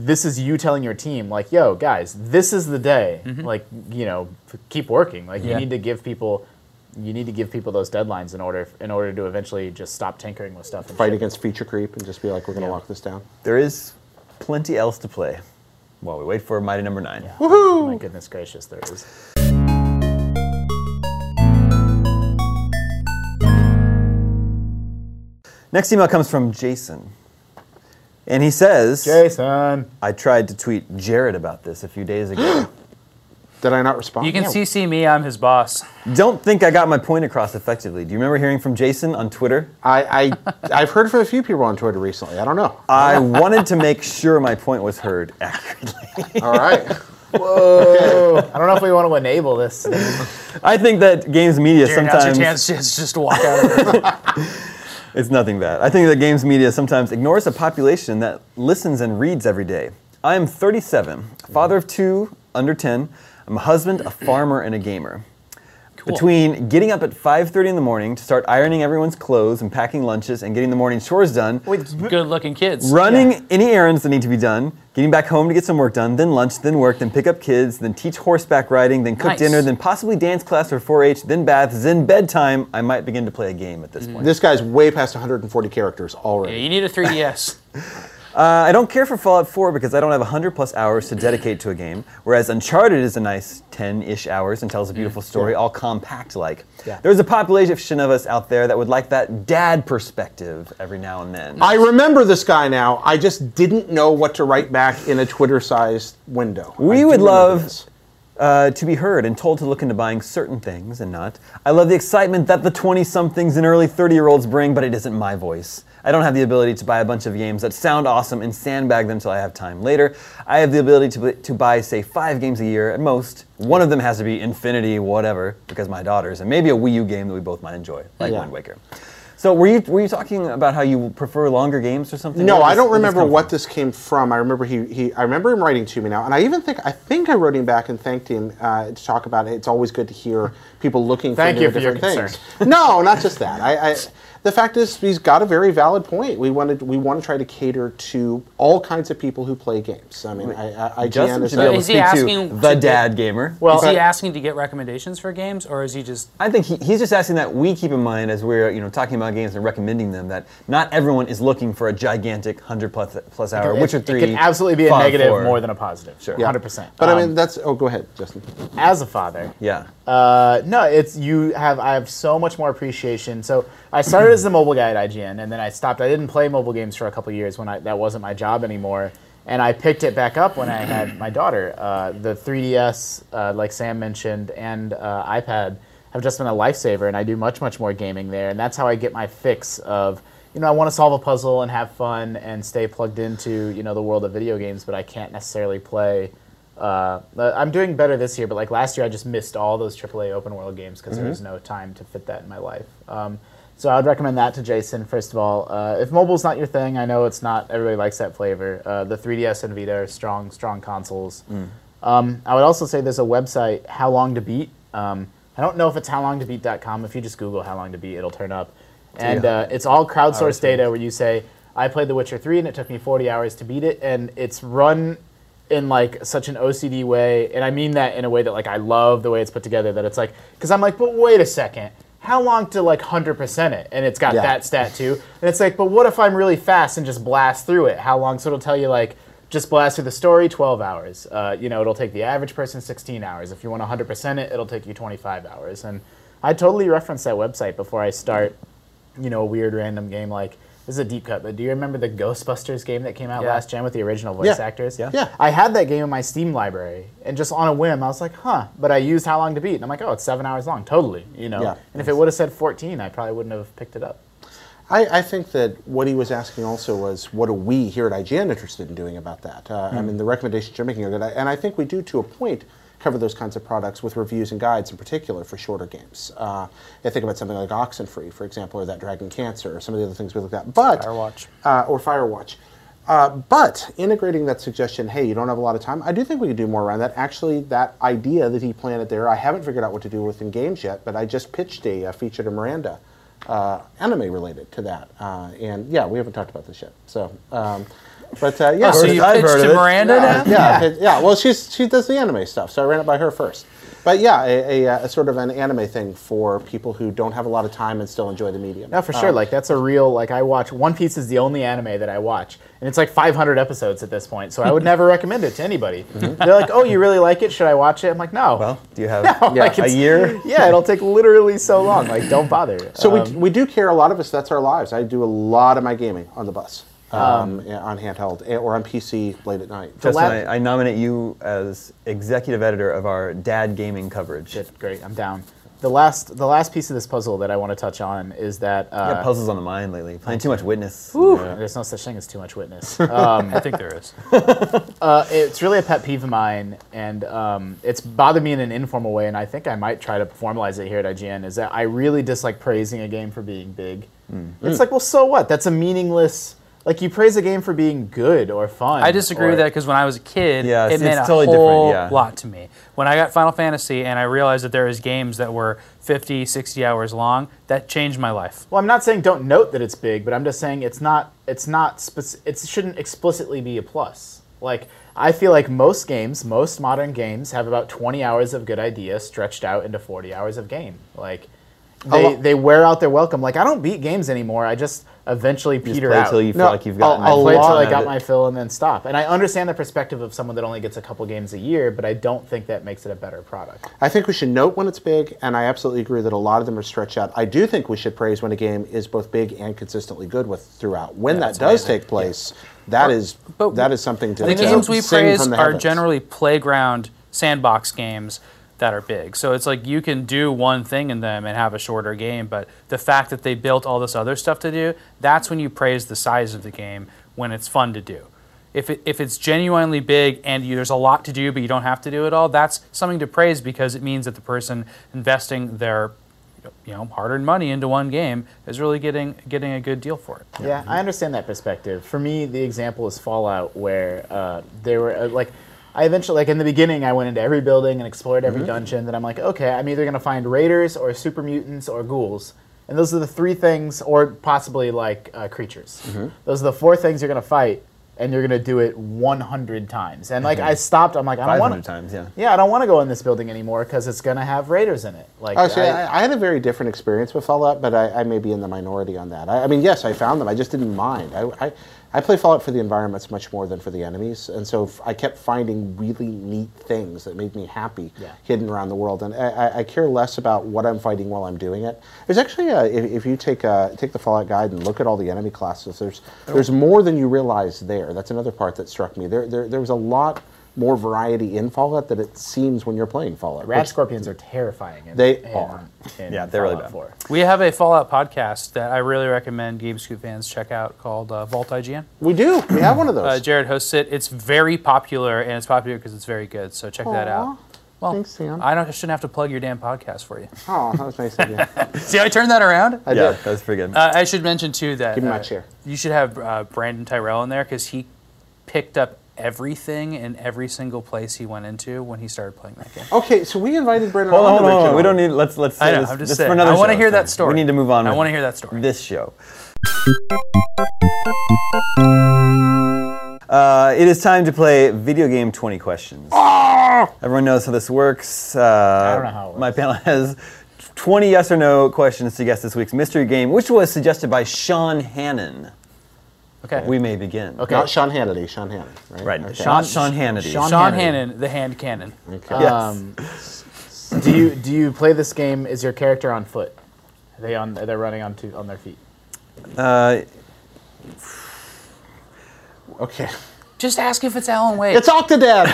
Speaker 6: this is you telling your team, like, "Yo, guys, this is the day. Like, you know, f- keep working. Like,
Speaker 4: Yeah.
Speaker 6: you need to give people, you need to give people those deadlines in order in order to eventually just stop tinkering with stuff. And
Speaker 5: Fight
Speaker 6: shit.
Speaker 5: against feature creep and just be like, we're going to lock this down.
Speaker 7: There is plenty else to play while we wait for Mighty Number Nine.
Speaker 6: Woohoo! My goodness gracious, there is.
Speaker 7: Next email comes from Jason, and he says,
Speaker 6: Jason,
Speaker 7: "I tried to tweet Jared about this a few days ago.
Speaker 5: Did I not respond?
Speaker 4: you can CC me. I'm his boss.
Speaker 7: Don't think I got my point across effectively. Do you remember hearing from Jason on Twitter?
Speaker 5: I, I I've heard from a few people on Twitter recently. I don't know.
Speaker 4: Uh,
Speaker 7: I wanted to make sure my point was heard accurately."
Speaker 5: All right.
Speaker 6: whoa! I don't know if we want to enable this.
Speaker 7: I think that games media
Speaker 4: Here, now's your
Speaker 7: sometimes
Speaker 4: chance to just walk out. Of it.
Speaker 7: It's nothing bad. I think that games media sometimes ignores a population that listens and reads every day. I am 37, a father of two under 10. I'm a husband, a farmer, and a gamer. Between getting up at 5:30 in the morning to start ironing everyone's clothes and packing lunches and getting the morning chores done,
Speaker 4: Good-looking kids.
Speaker 7: running any errands that need to be done, getting back home to get some work done, then lunch, then work, then pick up kids, then teach horseback riding, then cook
Speaker 4: Nice.
Speaker 7: dinner, then possibly dance class or 4-H, then baths, then bedtime, I might begin to play a game at this
Speaker 6: Mm-hmm.
Speaker 7: point.
Speaker 5: This guy's way past 140 characters
Speaker 4: Yeah,
Speaker 5: already.
Speaker 4: you need a 3DS.
Speaker 7: I don't care for Fallout 4 because I don't have 100 plus hours to dedicate to a game, whereas Uncharted is a nice 10 ish hours and tells a beautiful story, all compact like.
Speaker 5: Yeah.
Speaker 7: There's a population of us out there that would like that dad perspective every now and then.
Speaker 5: I remember this guy now. I just didn't know what to write back in a Twitter-sized window. I
Speaker 7: We
Speaker 5: do
Speaker 7: would
Speaker 5: remember
Speaker 7: love-
Speaker 5: this.
Speaker 7: uh, to be heard and told to look into buying certain things and not. I love the excitement that the 20 somethings and early 30 year olds bring, but it isn't my voice. I don't have the ability to buy a bunch of games that sound awesome and sandbag them till I have time later. I have the ability to, bu- to buy, say, five games a year at most. One of them has to be Infinity, whatever, because my daughter's, and maybe a Wii U game that we both might enjoy, like
Speaker 5: Yeah.
Speaker 7: Wind Waker. So were you were you talking about how you prefer longer games or something?
Speaker 5: No,
Speaker 7: Where
Speaker 5: I
Speaker 7: does-
Speaker 5: don't
Speaker 7: where does
Speaker 5: remember
Speaker 7: come
Speaker 5: what
Speaker 7: from?
Speaker 5: this came from. I remember he, he I remember him writing to me now, and I even think I think I wrote him back and thanked him uh, to talk about it. It's always good to hear people looking
Speaker 6: Thank
Speaker 5: for, new
Speaker 6: you
Speaker 5: and
Speaker 6: for your
Speaker 5: different things. no, not just that. I, I the fact is he's got a very valid point. We wanted we want to try to cater to all kinds of people who play games. I mean, I, I, IGN
Speaker 7: Justin
Speaker 5: is
Speaker 7: should be able to
Speaker 4: Is he
Speaker 7: speak to
Speaker 4: asking
Speaker 7: the
Speaker 4: to-
Speaker 7: dad gamer.
Speaker 6: Well,
Speaker 4: is he
Speaker 6: but-
Speaker 4: asking to get recommendations for games, or is he just
Speaker 7: I think he, he's just asking that we keep in mind as we're you know talking about games and recommending them that not everyone is looking for a gigantic hundred plus plus hour
Speaker 6: It-
Speaker 7: Witcher
Speaker 6: it
Speaker 7: three.
Speaker 6: can absolutely be a
Speaker 7: Fallout
Speaker 6: negative
Speaker 7: 4.
Speaker 6: more than a positive. Sure,
Speaker 5: Yeah.
Speaker 6: hundred percent. Um,
Speaker 5: But I
Speaker 7: Um,
Speaker 5: mean, that's oh, go ahead, Justin.
Speaker 6: as a father,
Speaker 7: yeah.
Speaker 6: Uh, no, it's you have. I have so much more appreciation. So I started as the mobile guy at IGN, and then I stopped. I didn't play mobile games for a couple years when I, that wasn't my job anymore. And I picked it back up when I had my daughter. Uh, the 3DS, uh, like Sam mentioned, and uh, iPad have just been a lifesaver, and I do much, much more gaming there. And that's how I get my fix of, you know, I want to solve a puzzle and have fun and stay plugged into, you know, the world of video games, but I can't necessarily play uh, I'm doing better this year, but like last year, I just missed all those AAA open world games because there was no time to fit that in my life. Um, so I would recommend that to Jason first of all. Uh, if mobile's not your thing, I know it's not. Everybody likes that flavor. Uh, the 3DS and Vita are strong, strong consoles. Um, I would also say there's a website, How Long to Beat. Um, I don't know if it's howlongtobeat.com. If you just Google How Long to Beat, it'll turn up. And uh, it's all crowdsourced data where you say, I played The Witcher 3 and it took me 40 hours to beat it. And it's run in like such an OCD way, and I mean that in a way that like I love the way it's put together. That it's like because I'm like, but wait a second, how long to like hundred percent it? And it's got
Speaker 5: Yeah.
Speaker 6: that stat too. And it's like, but what if I'm really fast and just blast through it? How long? So it'll tell you like just blast through the story 12 hours. Uh, you know, it'll take the average person 16 hours. If you want 100 percent it, it'll take you 25 hours. And I totally reference that website before I start you know, a weird random game like this is a deep cut, but do you remember the Ghostbusters game that came out
Speaker 4: Yeah.
Speaker 6: last gen with the original voice
Speaker 5: Yeah.
Speaker 6: actors?
Speaker 7: Yeah.
Speaker 5: Yeah.
Speaker 6: I had that game in my Steam library, and just on a whim, I was like, huh. But I used How Long to Beat, and I'm like, oh, it's seven hours long, totally. You know.
Speaker 5: Yeah.
Speaker 6: And if it would have said 14, I probably wouldn't have picked it up.
Speaker 7: Oh.
Speaker 5: I, I think that what he was asking also was, what are we here at IGN interested in doing about that? Uh, I mean, the recommendations you're making are good, I- and I think we do, to a point, cover those kinds of products with reviews and guides, in particular for shorter games. Uh, I think about something like Oxenfree, for example, or that Dragon Cancer, or some of the other things we looked at. But
Speaker 4: Firewatch.
Speaker 5: uh, or Firewatch. Uh, but integrating that suggestion, hey, you don't have a lot of time. I do think we could do more around that. Actually, that idea that he planted there, I haven't figured out what to do with in games yet. But I just pitched a, uh feature to Miranda, uh, anime related to that. Uh, and yeah, we haven't talked about this yet. So, um, but uh, yeah,
Speaker 4: Oh, so you
Speaker 7: I've
Speaker 4: pitched
Speaker 7: heard of
Speaker 4: to
Speaker 7: it.
Speaker 4: Miranda now?
Speaker 5: yeah, it- yeah. Well, she's she does the anime stuff, so I ran it by her first. But yeah, a, a, a sort of an anime thing for people who don't have a lot of time and still enjoy the medium.
Speaker 6: No, for sure. Like that's a real like I watch One Piece is the only anime that I watch, and it's like 500 episodes at this point. So I would never recommend it to anybody. They're like, "Oh, you really like it? Should I watch it?" I'm like, "No."
Speaker 7: Mm-hmm. Well, do you have
Speaker 6: like,
Speaker 7: a
Speaker 6: it's-
Speaker 7: year?
Speaker 6: Yeah, it'll take literally so long. Like, don't bother.
Speaker 5: So
Speaker 6: Um,
Speaker 5: we, we do care a lot of us. That's our lives. I do a lot of my gaming on the bus, um, yeah, on handheld eh, or on PC late at night.
Speaker 7: Justin,
Speaker 6: lab-
Speaker 7: I, I nominate you as executive editor of our dad gaming coverage.
Speaker 6: Good, Oh, great. I'm down. The last, the last piece of this puzzle that I want to touch on is that
Speaker 7: You
Speaker 6: uh,
Speaker 7: got puzzles on the mind lately. Playing too much Witness.
Speaker 6: there's no such thing as too much witness. Um,
Speaker 4: I think there is.
Speaker 6: it's really a pet peeve of mine, and um, it's bothered me in an informal way, and I think I might try to formalize it here at IGN. Is that I really dislike praising a game for being big.
Speaker 4: Hmm.
Speaker 6: It's like, well, so what? That's a meaningless. Like you praise a game for being good or fun.
Speaker 4: I disagree with
Speaker 6: or-
Speaker 4: that because when I was a kid,
Speaker 7: Yeah,
Speaker 4: it
Speaker 7: it's-
Speaker 4: meant
Speaker 7: it's
Speaker 4: a
Speaker 7: totally different,
Speaker 4: whole
Speaker 7: yeah.
Speaker 4: lot to me. When I got Final Fantasy and I realized that there was games that were 50, 60 hours long, that changed my life.
Speaker 6: Well, I'm not saying don't note that it's big, but I'm just saying it's not. It's not. Speci- it shouldn't explicitly be a plus. Like I feel like most games, most modern games, have about 20 hours of good idea stretched out into 40 hours of game. Like they
Speaker 5: lo-
Speaker 6: they wear out their welcome. Like I don't beat games anymore. I just eventually
Speaker 7: Just
Speaker 6: peter
Speaker 7: play
Speaker 6: out.
Speaker 7: till you feel
Speaker 5: No,
Speaker 7: like you've
Speaker 5: a-
Speaker 7: gotten
Speaker 5: a
Speaker 6: I play till
Speaker 5: lot
Speaker 6: I
Speaker 7: of
Speaker 6: got
Speaker 7: it.
Speaker 6: my fill and then stop. And I understand the perspective of someone that only gets a couple games a year, but I don't think that makes it a better product.
Speaker 5: I think we should note when it's big, and I absolutely agree that a lot of them are stretched out. I do think we should praise when a game is both big and consistently good with throughout. When that does take place, that is
Speaker 4: but
Speaker 5: that is something to
Speaker 4: The
Speaker 5: to
Speaker 4: games we
Speaker 5: sing
Speaker 4: praise
Speaker 5: from the
Speaker 4: are
Speaker 5: heavens.
Speaker 4: generally playground sandbox games that are big. So it's like you can do one thing in them and have a shorter game, but the fact that they built all this other stuff to do, that's when you praise the size of the game when it's fun to do. If, it, if it's genuinely big and you, there's a lot to do, but you don't have to do it all, that's something to praise because it means that the person investing their you know hard-earned money into one game is really getting getting a good deal for it.
Speaker 6: Yeah, I understand that perspective. For me, the example is Fallout, where uh, there were uh, like, I eventually like in the beginning, I went into every building and explored
Speaker 7: Mm-hmm.
Speaker 6: every dungeon. Then I'm like, okay, I'm either gonna find raiders or super mutants or ghouls, and those are the three things, or possibly like uh, creatures.
Speaker 7: Mm-hmm.
Speaker 6: Those are the four things you're gonna fight, and you're gonna do it 100 times. And like I stopped, I'm like, I
Speaker 7: Mm-hmm.
Speaker 6: don't
Speaker 7: Five
Speaker 6: want
Speaker 7: hundred times, yeah.
Speaker 6: Yeah, I don't want to go in this building anymore because it's gonna have raiders in it. Like,
Speaker 5: Oh, see,
Speaker 6: I-
Speaker 5: I, I had a very different experience with Fallout, but I, I may be in the minority on that. I, I mean, yes, I found them. I just didn't mind. I, I, I play Fallout for the environments much more than for the enemies, and so f- I kept finding really neat things that made me happy
Speaker 6: Yeah.
Speaker 5: hidden around the world. And I, I, I care less about what I'm fighting while I'm doing it. There's actually, a, if, if you take a, take the Fallout guide and look at all the enemy classes, there's
Speaker 6: Oh.
Speaker 5: there's more than you realize there. That's another part that struck me. There there, there was a lot. More variety in Fallout that it seems when you're playing Fallout.
Speaker 6: rat
Speaker 5: which-
Speaker 6: scorpions are terrifying. In,
Speaker 5: They
Speaker 6: in-
Speaker 5: are.
Speaker 6: in
Speaker 7: Yeah, they're really
Speaker 6: Fallout
Speaker 7: bad.
Speaker 6: 4.
Speaker 4: We have a Fallout podcast that I really recommend GameScoop fans check out called uh, Vault IGN.
Speaker 5: We do. We have one of those.
Speaker 4: Uh, Jared hosts it. It's very popular, and it's popular because it's very good. So check that out. Well,
Speaker 5: Thanks, Sam.
Speaker 4: I don't I shouldn't have to plug your damn podcast for you.
Speaker 5: Oh, that was nice of you.
Speaker 4: See, how I turned that around.
Speaker 5: I
Speaker 7: yeah,
Speaker 5: did.
Speaker 7: that was pretty good.
Speaker 4: Uh, I should mention too that
Speaker 5: Give me my
Speaker 4: uh,
Speaker 5: chair.
Speaker 4: You should have uh, Brandon Tyrell in there because he picked up everything in every single place he went into when he started playing that game.
Speaker 5: Okay, so we invited Brendan
Speaker 7: hold on,
Speaker 5: on,
Speaker 7: hold on, hold on.
Speaker 5: originally.
Speaker 7: We don't need. Let's let's.
Speaker 4: I
Speaker 7: say
Speaker 4: know,
Speaker 7: This,
Speaker 4: I'm just
Speaker 7: this
Speaker 4: saying.
Speaker 7: for another
Speaker 4: I wanna
Speaker 7: show,
Speaker 4: hear
Speaker 7: so
Speaker 4: that story.
Speaker 7: We need to move on.
Speaker 4: I
Speaker 7: with
Speaker 4: wanna hear that story.
Speaker 7: This show. Uh, it is time to play video game 20 questions. Everyone knows how this works. Uh,
Speaker 6: Ah! don't know how it
Speaker 7: My panel has 20 yes or no questions to guess this week's mystery game, which was suggested by Sean Hannon.
Speaker 4: Okay.
Speaker 7: We may begin.
Speaker 6: Okay.
Speaker 5: Not Sean Hannity. Sean Hannity. Right.
Speaker 7: Right.
Speaker 5: Okay.
Speaker 7: Not Sean Hannity.
Speaker 6: Sean-
Speaker 4: Sean
Speaker 6: Hannity.
Speaker 4: Hannon, the hand cannon.
Speaker 5: Okay.
Speaker 7: Yes.
Speaker 6: Um, do you do you play this game? Is your character on foot? Are they on? They're running on two, on their feet.
Speaker 5: okay.
Speaker 4: Just ask if it's Alan Wake.
Speaker 5: It's Octodad.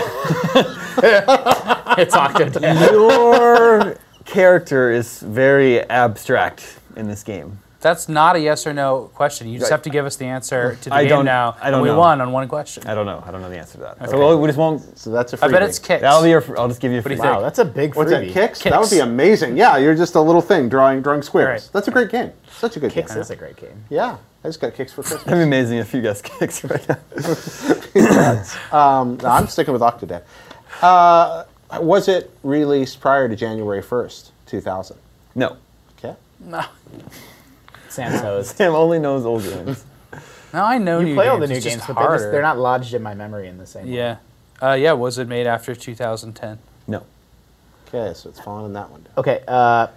Speaker 6: It's Octodad.
Speaker 7: Your character is very abstract in this game.
Speaker 4: That's not a yes or no question. You just have to give us the answer to the
Speaker 7: I
Speaker 4: game
Speaker 7: don't-
Speaker 4: now.
Speaker 7: I don't
Speaker 4: we
Speaker 7: know.
Speaker 4: won on one question.
Speaker 7: I don't know. I don't know the answer to that. So we'll, we just won't.
Speaker 5: so that's a freebie.
Speaker 4: I bet it's kicks.
Speaker 7: That'll be your. I'll just give you. A
Speaker 4: do you
Speaker 7: free-
Speaker 4: think?
Speaker 6: wow, that's a big freebie.
Speaker 5: What's that? Kicks? That would
Speaker 4: Kicks.
Speaker 5: be amazing. Yeah, you're just a little thing drawing drawing squares.
Speaker 4: Right.
Speaker 5: That's a great game. Such a good
Speaker 6: Kicks
Speaker 5: game.
Speaker 6: is a great game.
Speaker 5: Yeah. I just got kicks for Christmas.
Speaker 7: That'd be amazing if you guys kicks right now.
Speaker 5: No, Um, I'm sticking with Octodad. Uh, was it released prior to January 1st, 2000?
Speaker 7: No.
Speaker 5: Okay.
Speaker 6: Sam's hosed.
Speaker 7: Sam only knows old games.
Speaker 4: Now I know
Speaker 6: You
Speaker 4: new
Speaker 6: play
Speaker 4: games.
Speaker 6: all the new
Speaker 4: it's just
Speaker 6: games, but they're, just,
Speaker 4: harder.
Speaker 6: they're not lodged in my memory in the same way.
Speaker 4: Yeah. Uh, yeah, was it made after 2010?
Speaker 7: No.
Speaker 5: Okay, so it's falling in that one. down.
Speaker 6: Okay. Uh,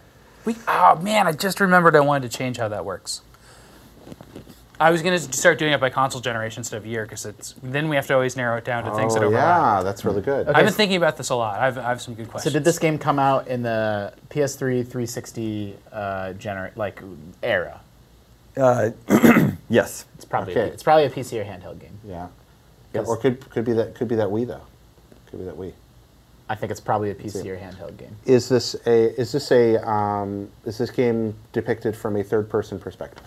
Speaker 4: We, oh man, I just remembered I wanted to change how that works. I was gonna start doing it by console generation instead of year because it's then we have to always narrow it down to things that
Speaker 5: oh,
Speaker 4: overlap.
Speaker 5: yeah, that's really good.
Speaker 4: I've been thinking about this a lot. I've, I have some good
Speaker 6: so
Speaker 4: questions.
Speaker 6: did this game come out in the PS3 360 uh, gener- like era?
Speaker 7: Yes.
Speaker 6: It's probably
Speaker 5: Okay.
Speaker 6: it's probably a PC or handheld game.
Speaker 5: Yeah.
Speaker 6: Yes.
Speaker 5: Or could could be that could be that we though. Could be that we.
Speaker 6: I think it's probably a PC or handheld game.
Speaker 5: Is this a is this a um, is this game depicted from a third person perspective?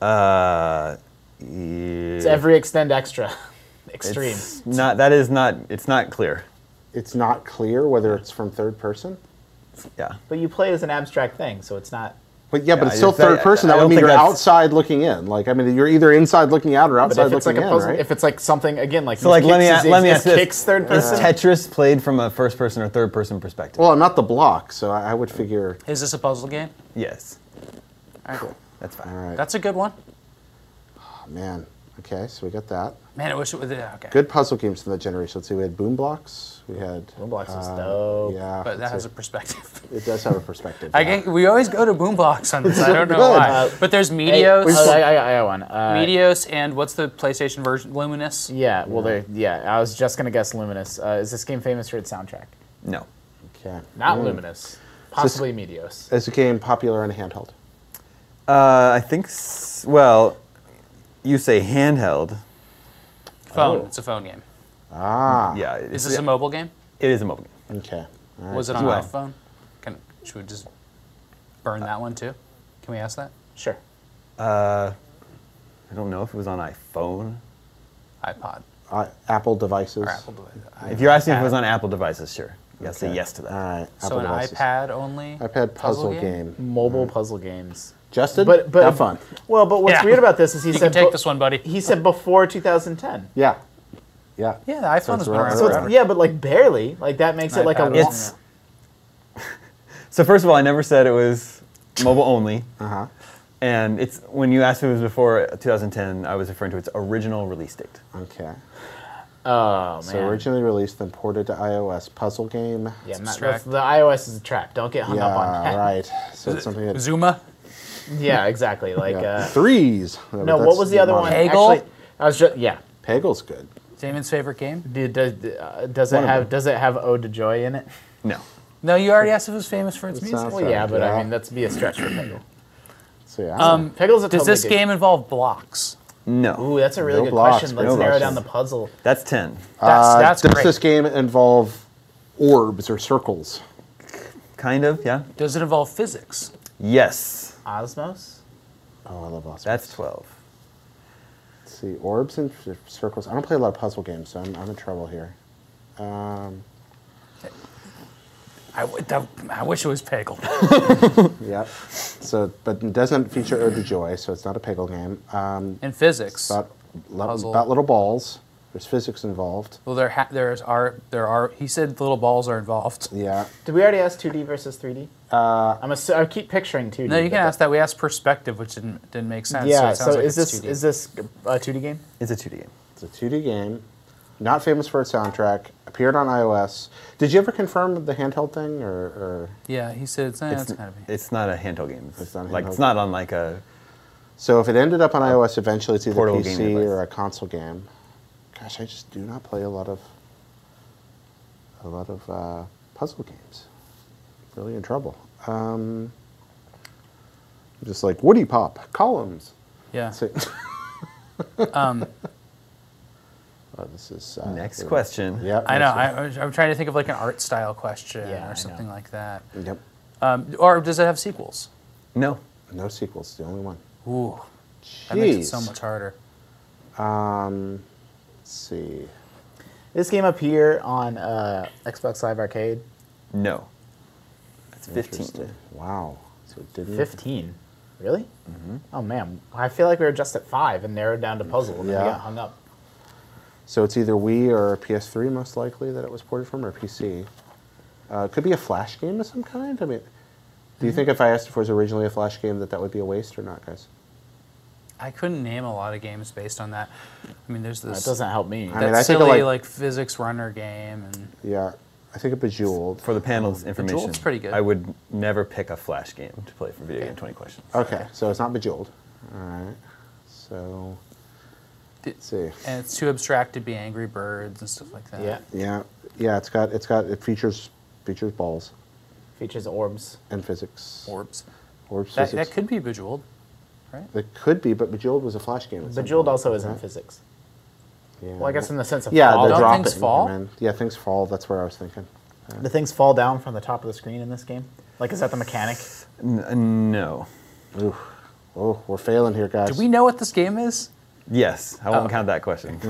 Speaker 7: Uh.
Speaker 6: It's every extend extra, extreme.
Speaker 7: It's not. That is not. It's not clear.
Speaker 5: It's not clear whether it's from third person.
Speaker 7: Yeah.
Speaker 6: But you play as an abstract thing, so it's not.
Speaker 5: But yeah, but
Speaker 7: Yeah,
Speaker 5: it's still
Speaker 7: it's that-
Speaker 5: third person.
Speaker 7: I
Speaker 5: That
Speaker 7: don't
Speaker 5: would mean
Speaker 7: think
Speaker 5: you're
Speaker 7: that's-
Speaker 5: outside looking in. Like I mean, you're either inside looking out or
Speaker 6: But
Speaker 5: outside
Speaker 6: if it's like
Speaker 5: looking
Speaker 6: a
Speaker 5: in,
Speaker 6: puzzle,
Speaker 5: right?
Speaker 6: if it's like something again like
Speaker 7: So like, let me
Speaker 6: Kicks
Speaker 7: a-
Speaker 6: is-
Speaker 7: let me
Speaker 6: is
Speaker 7: ask this.
Speaker 6: Kicks third person.
Speaker 7: Is Tetris played from a first person or third person perspective?
Speaker 5: well, I'm not the block, so I, I would figure.
Speaker 4: Is this a puzzle game?
Speaker 7: yes.
Speaker 4: All right.
Speaker 7: That's fine.
Speaker 5: All right,
Speaker 4: That's a good one.
Speaker 5: oh, man. Okay, so we got that.
Speaker 4: Man, I wish it was okay.
Speaker 5: Good puzzle games from that generation. Let's see, we had Boom Blocks. We had
Speaker 6: Boom Blocks is
Speaker 5: uh,
Speaker 6: dope.
Speaker 5: Yeah,
Speaker 4: But that
Speaker 5: let's
Speaker 4: has
Speaker 5: see.
Speaker 4: a perspective.
Speaker 5: it does have a perspective.
Speaker 4: I
Speaker 5: yeah.
Speaker 4: get, we always go to Boombox on this. I don't know
Speaker 5: Good.
Speaker 4: why.
Speaker 5: Uh,
Speaker 4: But there's
Speaker 6: Hey,
Speaker 4: Medios,
Speaker 6: oh, I, I, I got one. Uh,
Speaker 4: Medios, and what's the PlayStation version? Luminous.
Speaker 6: Yeah, well, there. Yeah, I was just gonna guess Luminous. Uh, is this game famous for its soundtrack?
Speaker 7: No.
Speaker 5: Okay.
Speaker 6: Not
Speaker 5: Mm.
Speaker 6: Luminous, possibly Medios.
Speaker 5: Is the game popular on handheld?
Speaker 7: Uh, I think. S- well, you say handheld.
Speaker 4: Phone. It's a phone game.
Speaker 5: Ah.
Speaker 7: Yeah.
Speaker 6: Ah.
Speaker 4: Is this a mobile game?
Speaker 7: It is a mobile game.
Speaker 5: Okay.
Speaker 4: Was it on
Speaker 7: Well.
Speaker 4: iPhone? Can, should we just burn that one too? Can we ask that?
Speaker 6: Sure.
Speaker 7: I don't know if it was on iPhone.
Speaker 4: iPod
Speaker 5: Uh, Apple devices.
Speaker 4: or Apple device.
Speaker 7: If you're asking if it was on Apple devices, sure. You gotta say
Speaker 5: Okay. Uh,
Speaker 7: yes to that.
Speaker 5: All right.
Speaker 4: so
Speaker 5: Apple
Speaker 4: an
Speaker 5: devices.
Speaker 4: iPad only.
Speaker 5: iPad puzzle, game.
Speaker 6: Mobile puzzle games.
Speaker 5: Justin,
Speaker 6: Mm. But but
Speaker 5: have fun.
Speaker 6: Well, but what's
Speaker 4: Yeah.
Speaker 6: weird about this is he
Speaker 4: You can
Speaker 6: said
Speaker 4: take
Speaker 6: bu-
Speaker 4: this one, buddy.
Speaker 6: He said before 2010.
Speaker 5: Yeah. Yeah.
Speaker 4: Yeah, the iPhone has been
Speaker 5: around
Speaker 4: around
Speaker 6: So
Speaker 4: forever.
Speaker 6: it's, yeah, but like barely. Like that makes it like a
Speaker 4: iPad
Speaker 6: long.
Speaker 7: It's so. First of all, I never said it was mobile only,
Speaker 5: Uh-huh.
Speaker 7: and it's when you asked if it was before 2010, I was referring to its original release date.
Speaker 5: Okay.
Speaker 6: oh man.
Speaker 5: So originally released, then ported to iOS. Puzzle game.
Speaker 6: yeah,
Speaker 4: It's
Speaker 6: I'm not,
Speaker 4: a
Speaker 6: that's-
Speaker 4: track.
Speaker 6: the iOS is a trap. Don't get hung up on
Speaker 5: Yeah,
Speaker 6: that.
Speaker 5: right. So it's something that.
Speaker 4: Zuma.
Speaker 6: Yeah, exactly. Like
Speaker 5: yeah.
Speaker 6: uh,
Speaker 5: Threes.
Speaker 6: no, what was the other one?
Speaker 4: Peggle?
Speaker 6: Actually, I was just yeah.
Speaker 5: Pagel's good.
Speaker 4: Damon's favorite game.
Speaker 6: Do- Does, uh, does
Speaker 5: One
Speaker 6: it
Speaker 5: of
Speaker 6: have
Speaker 5: them.
Speaker 6: does it have Ode to Joy in it?
Speaker 7: No,
Speaker 4: No, you already asked if it was famous for its
Speaker 5: It
Speaker 4: music.
Speaker 5: sounds
Speaker 6: Well, yeah,
Speaker 5: like
Speaker 6: but
Speaker 5: that.
Speaker 6: I mean that's be a stretch for Peggle.
Speaker 5: So yeah.
Speaker 4: Um,
Speaker 6: Peggle's a
Speaker 4: does
Speaker 6: totally
Speaker 4: this
Speaker 6: different-
Speaker 4: game involve blocks?
Speaker 7: no,
Speaker 6: Ooh, that's a really
Speaker 5: No
Speaker 6: good
Speaker 5: blocks,
Speaker 6: question.
Speaker 5: no
Speaker 6: Let's narrow
Speaker 5: blocks.
Speaker 6: down the puzzle.
Speaker 7: that's 10.
Speaker 4: That's
Speaker 5: Uh,
Speaker 4: that's
Speaker 5: does
Speaker 4: great.
Speaker 5: this game involve orbs or circles?
Speaker 7: Kind of, yeah.
Speaker 4: Does it involve physics?
Speaker 7: Yes,
Speaker 6: Osmos.
Speaker 5: Oh, I love Osmo.
Speaker 7: that's 12.
Speaker 5: Let's see, orbs and c- circles. I don't play a lot of puzzle games, so I'm, I'm in trouble here. Um,
Speaker 4: I, w- that- I wish it was Peggle.
Speaker 5: yep. So, but it doesn't feature Ode to Joy, so it's not a Peggle game. Um,
Speaker 4: In physics,
Speaker 5: about, lo-
Speaker 4: Puzzle.
Speaker 5: about little balls. There's physics involved.
Speaker 4: well, there ha- there's are there are. He said little balls are involved.
Speaker 5: Yeah.
Speaker 6: Did we already ask 2D versus 3D? Uh, I'm assu- I keep picturing 2D.
Speaker 4: No, you
Speaker 6: but
Speaker 4: can ask that. We asked perspective, which didn't didn't make sense.
Speaker 6: Yeah.
Speaker 4: it
Speaker 6: So,
Speaker 4: sounds like
Speaker 6: is
Speaker 4: it's
Speaker 6: this
Speaker 4: 2D.
Speaker 6: is this a 2D game?
Speaker 7: It's a 2D game.
Speaker 5: It's a 2D game. Not famous for its soundtrack. Appeared on iOS. Did you ever confirm the handheld thing, or, or
Speaker 4: yeah, he said it's, eh, it's, gotta be.
Speaker 7: It's not a handheld game. It's,
Speaker 5: not a
Speaker 7: like
Speaker 5: handheld.
Speaker 7: it's not on like a.
Speaker 5: so? If it ended up on iOS eventually, it's either
Speaker 7: portable
Speaker 5: PC
Speaker 7: gaming device.
Speaker 5: or a console game. Gosh, I just do not play a lot of a lot of uh, puzzle games. Really in trouble. Um, just like Woody Pop columns.
Speaker 4: yeah.
Speaker 5: That's it.
Speaker 4: Um,
Speaker 5: oh, this is uh,
Speaker 7: Next
Speaker 5: yeah.
Speaker 7: question.
Speaker 5: Yeah,
Speaker 4: I know.
Speaker 5: next
Speaker 4: I, I was- I'm trying to think of like an art style question
Speaker 6: Yeah, I know.
Speaker 4: or something like that.
Speaker 5: one. Yep.
Speaker 4: Um, or does it have sequels?
Speaker 7: No,
Speaker 5: No sequels. The only one.
Speaker 4: Ooh,
Speaker 5: Jeez.
Speaker 4: that makes it so much harder.
Speaker 5: Let's see.
Speaker 6: This game up here on uh, Xbox Live Arcade.
Speaker 7: no. That's 15.
Speaker 5: Interesting. Wow. So it
Speaker 6: Mm.
Speaker 5: didn't.
Speaker 6: 15. Really? Oh man, I feel like we were just at five and narrowed down to puzzle, and then we
Speaker 5: Yeah.
Speaker 6: got hung up.
Speaker 5: So it's either Wii or PS3, most likely, that it was ported from, or PC. Uh, it could be a Flash game of some kind. I mean, do you think if I asked if it was originally a Flash game that that would be a waste or not, guys?
Speaker 4: I couldn't name a lot of games based on that. I mean, there's
Speaker 6: That
Speaker 4: this
Speaker 6: doesn't help me.
Speaker 5: I
Speaker 4: that
Speaker 5: mean, I think
Speaker 4: silly
Speaker 5: of,
Speaker 4: like,
Speaker 5: like-
Speaker 4: physics runner game, and
Speaker 5: Yeah. I think a Bejeweled.
Speaker 7: For the panel's information,
Speaker 4: Duel's pretty good.
Speaker 7: I would never pick a Flash game to play for Video Game 20 Questions.
Speaker 5: Okay, so it's not Bejeweled. All right. So
Speaker 4: Did-
Speaker 5: let's see.
Speaker 4: and it's too abstract to be Angry Birds and stuff like that.
Speaker 6: Yeah.
Speaker 5: Yeah, yeah. It's got it's got it features features balls
Speaker 6: Features orbs.
Speaker 5: and physics
Speaker 4: orbs.
Speaker 5: or
Speaker 4: That,
Speaker 5: physics.
Speaker 4: that could be Bejeweled.
Speaker 5: It could be, but Bejeweled was a Flash game. at some
Speaker 6: Bejeweled
Speaker 5: point,
Speaker 6: also isn't
Speaker 5: right?
Speaker 6: physics.
Speaker 5: Yeah.
Speaker 6: Well, I guess in the sense of
Speaker 5: yeah,
Speaker 6: fall.
Speaker 5: the
Speaker 4: Don't
Speaker 5: dropping.
Speaker 4: things fall?
Speaker 5: Man. Yeah, things fall. That's where I was thinking.
Speaker 6: The things fall down from the top of the screen in this game. Like, is that the mechanic?
Speaker 7: N- uh, no.
Speaker 5: Ooh. Oh, we're failing here, guys.
Speaker 4: Do we know what this game is?
Speaker 7: Yes, I won't count that question.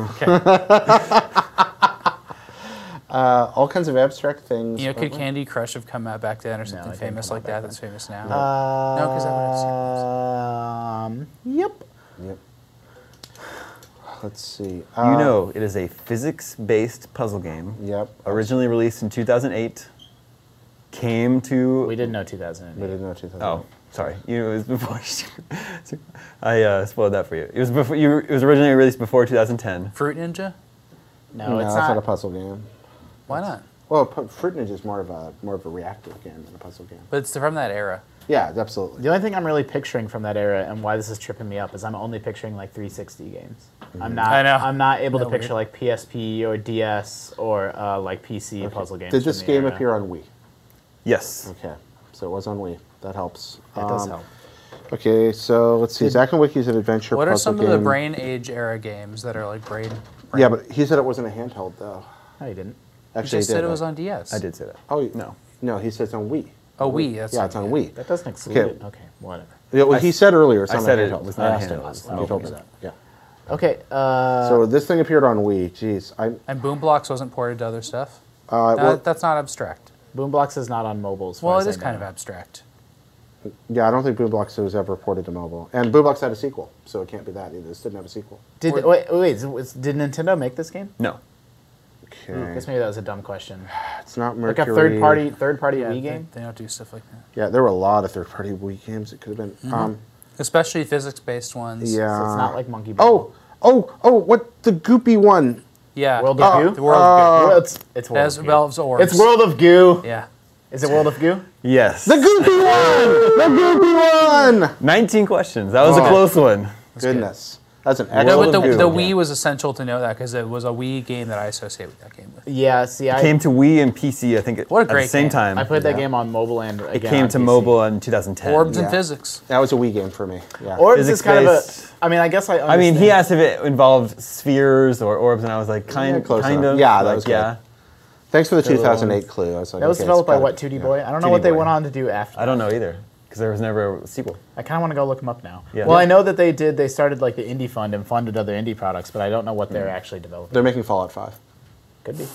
Speaker 5: Uh, all kinds of abstract things.
Speaker 4: You know, could
Speaker 5: Uh,
Speaker 4: Candy Crush have come out back then or something
Speaker 6: it didn't
Speaker 4: famous
Speaker 6: come
Speaker 4: like
Speaker 6: out
Speaker 4: that
Speaker 6: back
Speaker 4: that's famous now?
Speaker 6: Uh,
Speaker 4: no, because that would have
Speaker 6: Um. Yep.
Speaker 5: Yep. Let's see.
Speaker 7: you
Speaker 5: Uh,
Speaker 7: know, it is a physics-based puzzle game.
Speaker 5: Yep.
Speaker 7: Originally released in 2008, came to.
Speaker 6: We didn't know
Speaker 5: We
Speaker 6: 2008.
Speaker 5: didn't know 2000.
Speaker 7: Oh, sorry. You know, it was before. I uh, spoiled that for you. It was before. You, it was originally released before 2010.
Speaker 4: Fruit Ninja?
Speaker 6: No,
Speaker 5: No,
Speaker 6: it's
Speaker 5: that's
Speaker 6: not.
Speaker 5: not a puzzle game.
Speaker 4: Why not?
Speaker 5: Well, pu- Fruit Ninja is more of a more of a reactive game than a puzzle game.
Speaker 4: But it's from that era.
Speaker 5: Yeah, absolutely.
Speaker 6: the only thing I'm really picturing from that era and why this is tripping me up is I'm only picturing like 360 games. I'm not.
Speaker 4: I know.
Speaker 6: I'm not able to
Speaker 4: Isn't that
Speaker 6: picture
Speaker 4: weird?
Speaker 6: like PSP or DS or uh, like PC puzzle games.
Speaker 5: Did
Speaker 6: from
Speaker 5: this
Speaker 6: the
Speaker 5: game
Speaker 6: era.
Speaker 5: appear on Wii?
Speaker 7: Yes.
Speaker 5: Okay, so it was on Wii. That helps.
Speaker 6: That does
Speaker 5: Um,
Speaker 6: help.
Speaker 5: Okay, so let's see. Zach and Wiki's an adventure
Speaker 4: What
Speaker 5: puzzle
Speaker 4: are some of
Speaker 5: game.
Speaker 4: the Brain Age era games that are like Brain? brain
Speaker 5: Yeah, but he said it wasn't a handheld though.
Speaker 6: No, you didn't.
Speaker 5: Actually,
Speaker 4: You just
Speaker 5: he did,
Speaker 4: said it was
Speaker 5: right?
Speaker 4: on DS.
Speaker 7: I did say that.
Speaker 5: Oh
Speaker 7: no.
Speaker 5: No, he said it's on Wii.
Speaker 4: Oh, Wii. That's
Speaker 5: yeah, it's on Wii.
Speaker 6: That doesn't exclude
Speaker 5: Okay.
Speaker 6: it. Okay, whatever.
Speaker 5: Yeah, well, he said earlier. It's
Speaker 7: I
Speaker 5: not
Speaker 7: said
Speaker 5: on
Speaker 7: it
Speaker 5: handheld.
Speaker 7: was not
Speaker 5: I asked him.
Speaker 7: handheld, it's
Speaker 5: He
Speaker 7: not
Speaker 5: told me
Speaker 7: handheld.
Speaker 5: that. Yeah.
Speaker 6: Okay, Oh, uh,
Speaker 5: So this thing appeared on Wii. Jeez, I
Speaker 4: And Boomblocks wasn't ported to other stuff.
Speaker 5: uh,
Speaker 4: That-
Speaker 5: well,
Speaker 4: that's not abstract.
Speaker 6: Boomblocks is not on mobile. as far
Speaker 4: Well,
Speaker 6: as
Speaker 4: it
Speaker 6: I
Speaker 4: is kind
Speaker 6: know.
Speaker 4: of abstract.
Speaker 5: yeah, I don't think Boom Blocks was ever ported to mobile, and Boom Blocks had a sequel, so it can't be that either. This didn't have a sequel.
Speaker 6: Did
Speaker 4: Or-
Speaker 6: wait, wait, is- was- did Nintendo make this game?
Speaker 7: No.
Speaker 5: Okay,
Speaker 6: I guess maybe that was a dumb question.
Speaker 5: it's Hmm, not
Speaker 6: Like
Speaker 5: Mercury.
Speaker 6: a third party, third party
Speaker 4: Yeah,
Speaker 6: Wii
Speaker 4: they,
Speaker 6: game.
Speaker 4: they don't do stuff like that.
Speaker 5: Yeah, there were a lot of third party Wii games. It could have been. Um,
Speaker 4: Especially physics-based ones.
Speaker 5: yeah.
Speaker 6: So Mm-hmm. it's not like Monkey Ball.
Speaker 5: Oh, oh, oh! What the goopy one?
Speaker 4: Yeah.
Speaker 6: World
Speaker 4: yeah,
Speaker 5: Oh.
Speaker 7: Uh,
Speaker 6: of Goo?
Speaker 4: The World of Goo.
Speaker 6: Well, it's it's World
Speaker 4: That's
Speaker 6: of Goo.
Speaker 4: Valve's Orbs.
Speaker 6: It's World of Goo.
Speaker 4: Yeah.
Speaker 6: Is it World of Goo?
Speaker 7: Yes.
Speaker 5: The goopy one! The goopy one!
Speaker 7: 19 questions. That was a
Speaker 5: Oh.
Speaker 7: close one.
Speaker 5: Goodness, that's an
Speaker 4: No, but
Speaker 5: excellent.
Speaker 4: the,
Speaker 7: Goo,
Speaker 4: the
Speaker 7: yeah.
Speaker 4: Wii was essential to know that because it was a Wii game that I associate with that game with.
Speaker 6: Yeah. See, I
Speaker 7: Came to Wii and PC, I think,
Speaker 4: What a
Speaker 7: at the
Speaker 4: great
Speaker 7: same
Speaker 4: game.
Speaker 7: time.
Speaker 6: I played that game on mobile and
Speaker 7: it
Speaker 6: again
Speaker 7: came
Speaker 6: on
Speaker 7: to
Speaker 6: PC.
Speaker 7: mobile in 2010.
Speaker 4: Orbs
Speaker 5: Yeah.
Speaker 4: and physics.
Speaker 5: that was a Wii game for me. Yeah.
Speaker 6: Orbs is kind of a.
Speaker 7: Physics-based.
Speaker 6: I mean, I guess I. Understand.
Speaker 7: I mean, he asked if it involved spheres or orbs, and I was like, kind,
Speaker 5: Yeah, close
Speaker 7: kind
Speaker 5: enough.
Speaker 7: of.
Speaker 5: Yeah, that
Speaker 7: like,
Speaker 5: was good.
Speaker 7: yeah.
Speaker 5: Thanks for the 2008 clue. I was like,
Speaker 6: That was
Speaker 5: okay, it's
Speaker 6: developed by
Speaker 5: gotta
Speaker 6: what?
Speaker 5: be-
Speaker 6: 2D
Speaker 5: yeah.
Speaker 6: Boy. I don't know
Speaker 7: 2D
Speaker 6: what they
Speaker 7: Boy.
Speaker 6: went on to do after.
Speaker 7: I don't know either because there was never a sequel.
Speaker 6: I kind of want to go look them up now.
Speaker 7: Yeah.
Speaker 6: Well, I
Speaker 7: Yeah.
Speaker 6: know that they did. They started like the indie fund and funded other indie products, but I don't know what they're
Speaker 7: Mm.
Speaker 6: actually developing.
Speaker 5: They're making Fallout 5.
Speaker 6: Could be.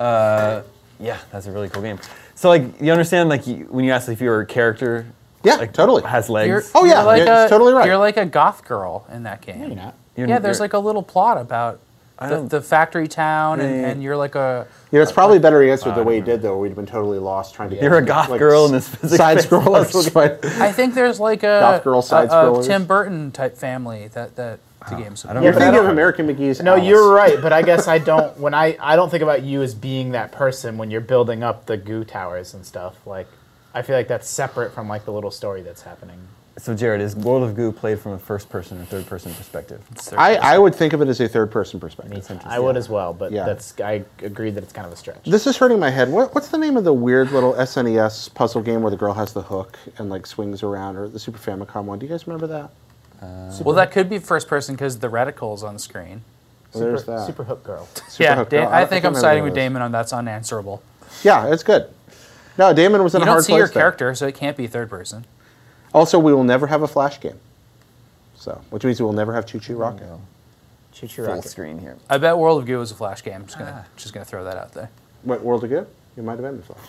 Speaker 7: Yeah, that's a really cool game. So like, you understand like you, when you asked if your character,
Speaker 5: Yeah,
Speaker 7: like,
Speaker 5: totally.
Speaker 7: has legs.
Speaker 4: You're,
Speaker 5: Oh, yeah,
Speaker 4: you're like
Speaker 5: you're
Speaker 4: a,
Speaker 5: totally right.
Speaker 4: You're like a goth girl in that game.
Speaker 6: Maybe not.
Speaker 7: You're-
Speaker 4: yeah, there's
Speaker 7: you're-
Speaker 4: like a little plot about the,
Speaker 7: don't-
Speaker 4: the factory town, and,
Speaker 7: Yeah.
Speaker 4: and you're like a
Speaker 5: Yeah, it's probably better he answered the way he did, though. or We'd have been totally lost trying to get
Speaker 7: You're a goth girl in this physics-based
Speaker 5: side scroller.
Speaker 7: puzzle
Speaker 4: I think there's like a,
Speaker 5: Goth girl side
Speaker 4: a- a
Speaker 5: scrollers.
Speaker 4: Tim Burton type family that that the game's.
Speaker 7: I don't
Speaker 5: You're
Speaker 7: know.
Speaker 5: thinking of American McGee's.
Speaker 6: No,
Speaker 5: Alice.
Speaker 6: you're right, but I guess I don't. When I I don't think about you as being that person when you're building up the goo towers and stuff. Like, I feel like that's separate from like the little story that's happening.
Speaker 7: So Jared, is World of Goo played from a first-person or third-person perspective?
Speaker 5: I, I would think of it as a third person perspective.
Speaker 6: I would as well, but
Speaker 5: Yeah.
Speaker 6: that's I agree that it's kind of a stretch.
Speaker 5: This is hurting my head. What, what's the name of the weird little SNES puzzle game where the girl has the hook and like swings around, or the Super Famicom one? Do you guys remember that?
Speaker 4: Well, that could be first person because the reticle's on the screen.
Speaker 5: Well, There's that.
Speaker 6: Super hook girl.
Speaker 5: Super
Speaker 4: yeah,
Speaker 5: hook
Speaker 4: Da-
Speaker 5: girl.
Speaker 4: I,
Speaker 5: I
Speaker 4: think I'm
Speaker 5: can't remember
Speaker 4: siding
Speaker 5: what
Speaker 4: with
Speaker 5: it is.
Speaker 4: Damon on that's unanswerable.
Speaker 5: Yeah, it's good. No, Damon was in
Speaker 4: You
Speaker 5: a hard
Speaker 4: don't see your
Speaker 5: place there.
Speaker 4: character, so it can't be third person.
Speaker 5: Also, we will never have a Flash game. So, which means we will never have Choo Choo Rocket.
Speaker 6: Choo choo
Speaker 7: Full
Speaker 6: rocket.
Speaker 7: screen here.
Speaker 4: I bet World of Goo was a Flash game. I'm just gonna just gonna throw that out there.
Speaker 5: What World of Good? You might have been the Flash.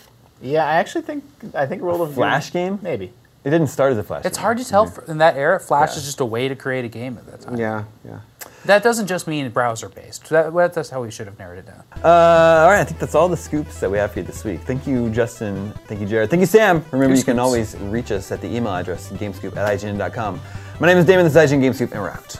Speaker 6: Yeah, I actually think I think World of
Speaker 7: Flash game?
Speaker 6: Maybe.
Speaker 7: It didn't start as a flash.
Speaker 4: It's
Speaker 7: game.
Speaker 4: hard to tell for, in that era. Flash
Speaker 7: Yeah.
Speaker 4: is just a way to create a game at that time.
Speaker 5: Yeah, yeah.
Speaker 4: That doesn't just mean browser based. That, well, that's how we should have narrowed it down.
Speaker 7: Uh, all right, I think that's all the scoops that we have for you this week. Thank you, Justin. Thank you, Jared. Thank you, Sam. Remember,
Speaker 4: Two
Speaker 7: you can
Speaker 4: scoops.
Speaker 7: always reach us at the email address, gamescoop at IGN.com. My name is Damon, this is IGN Gamescoop, and we're out.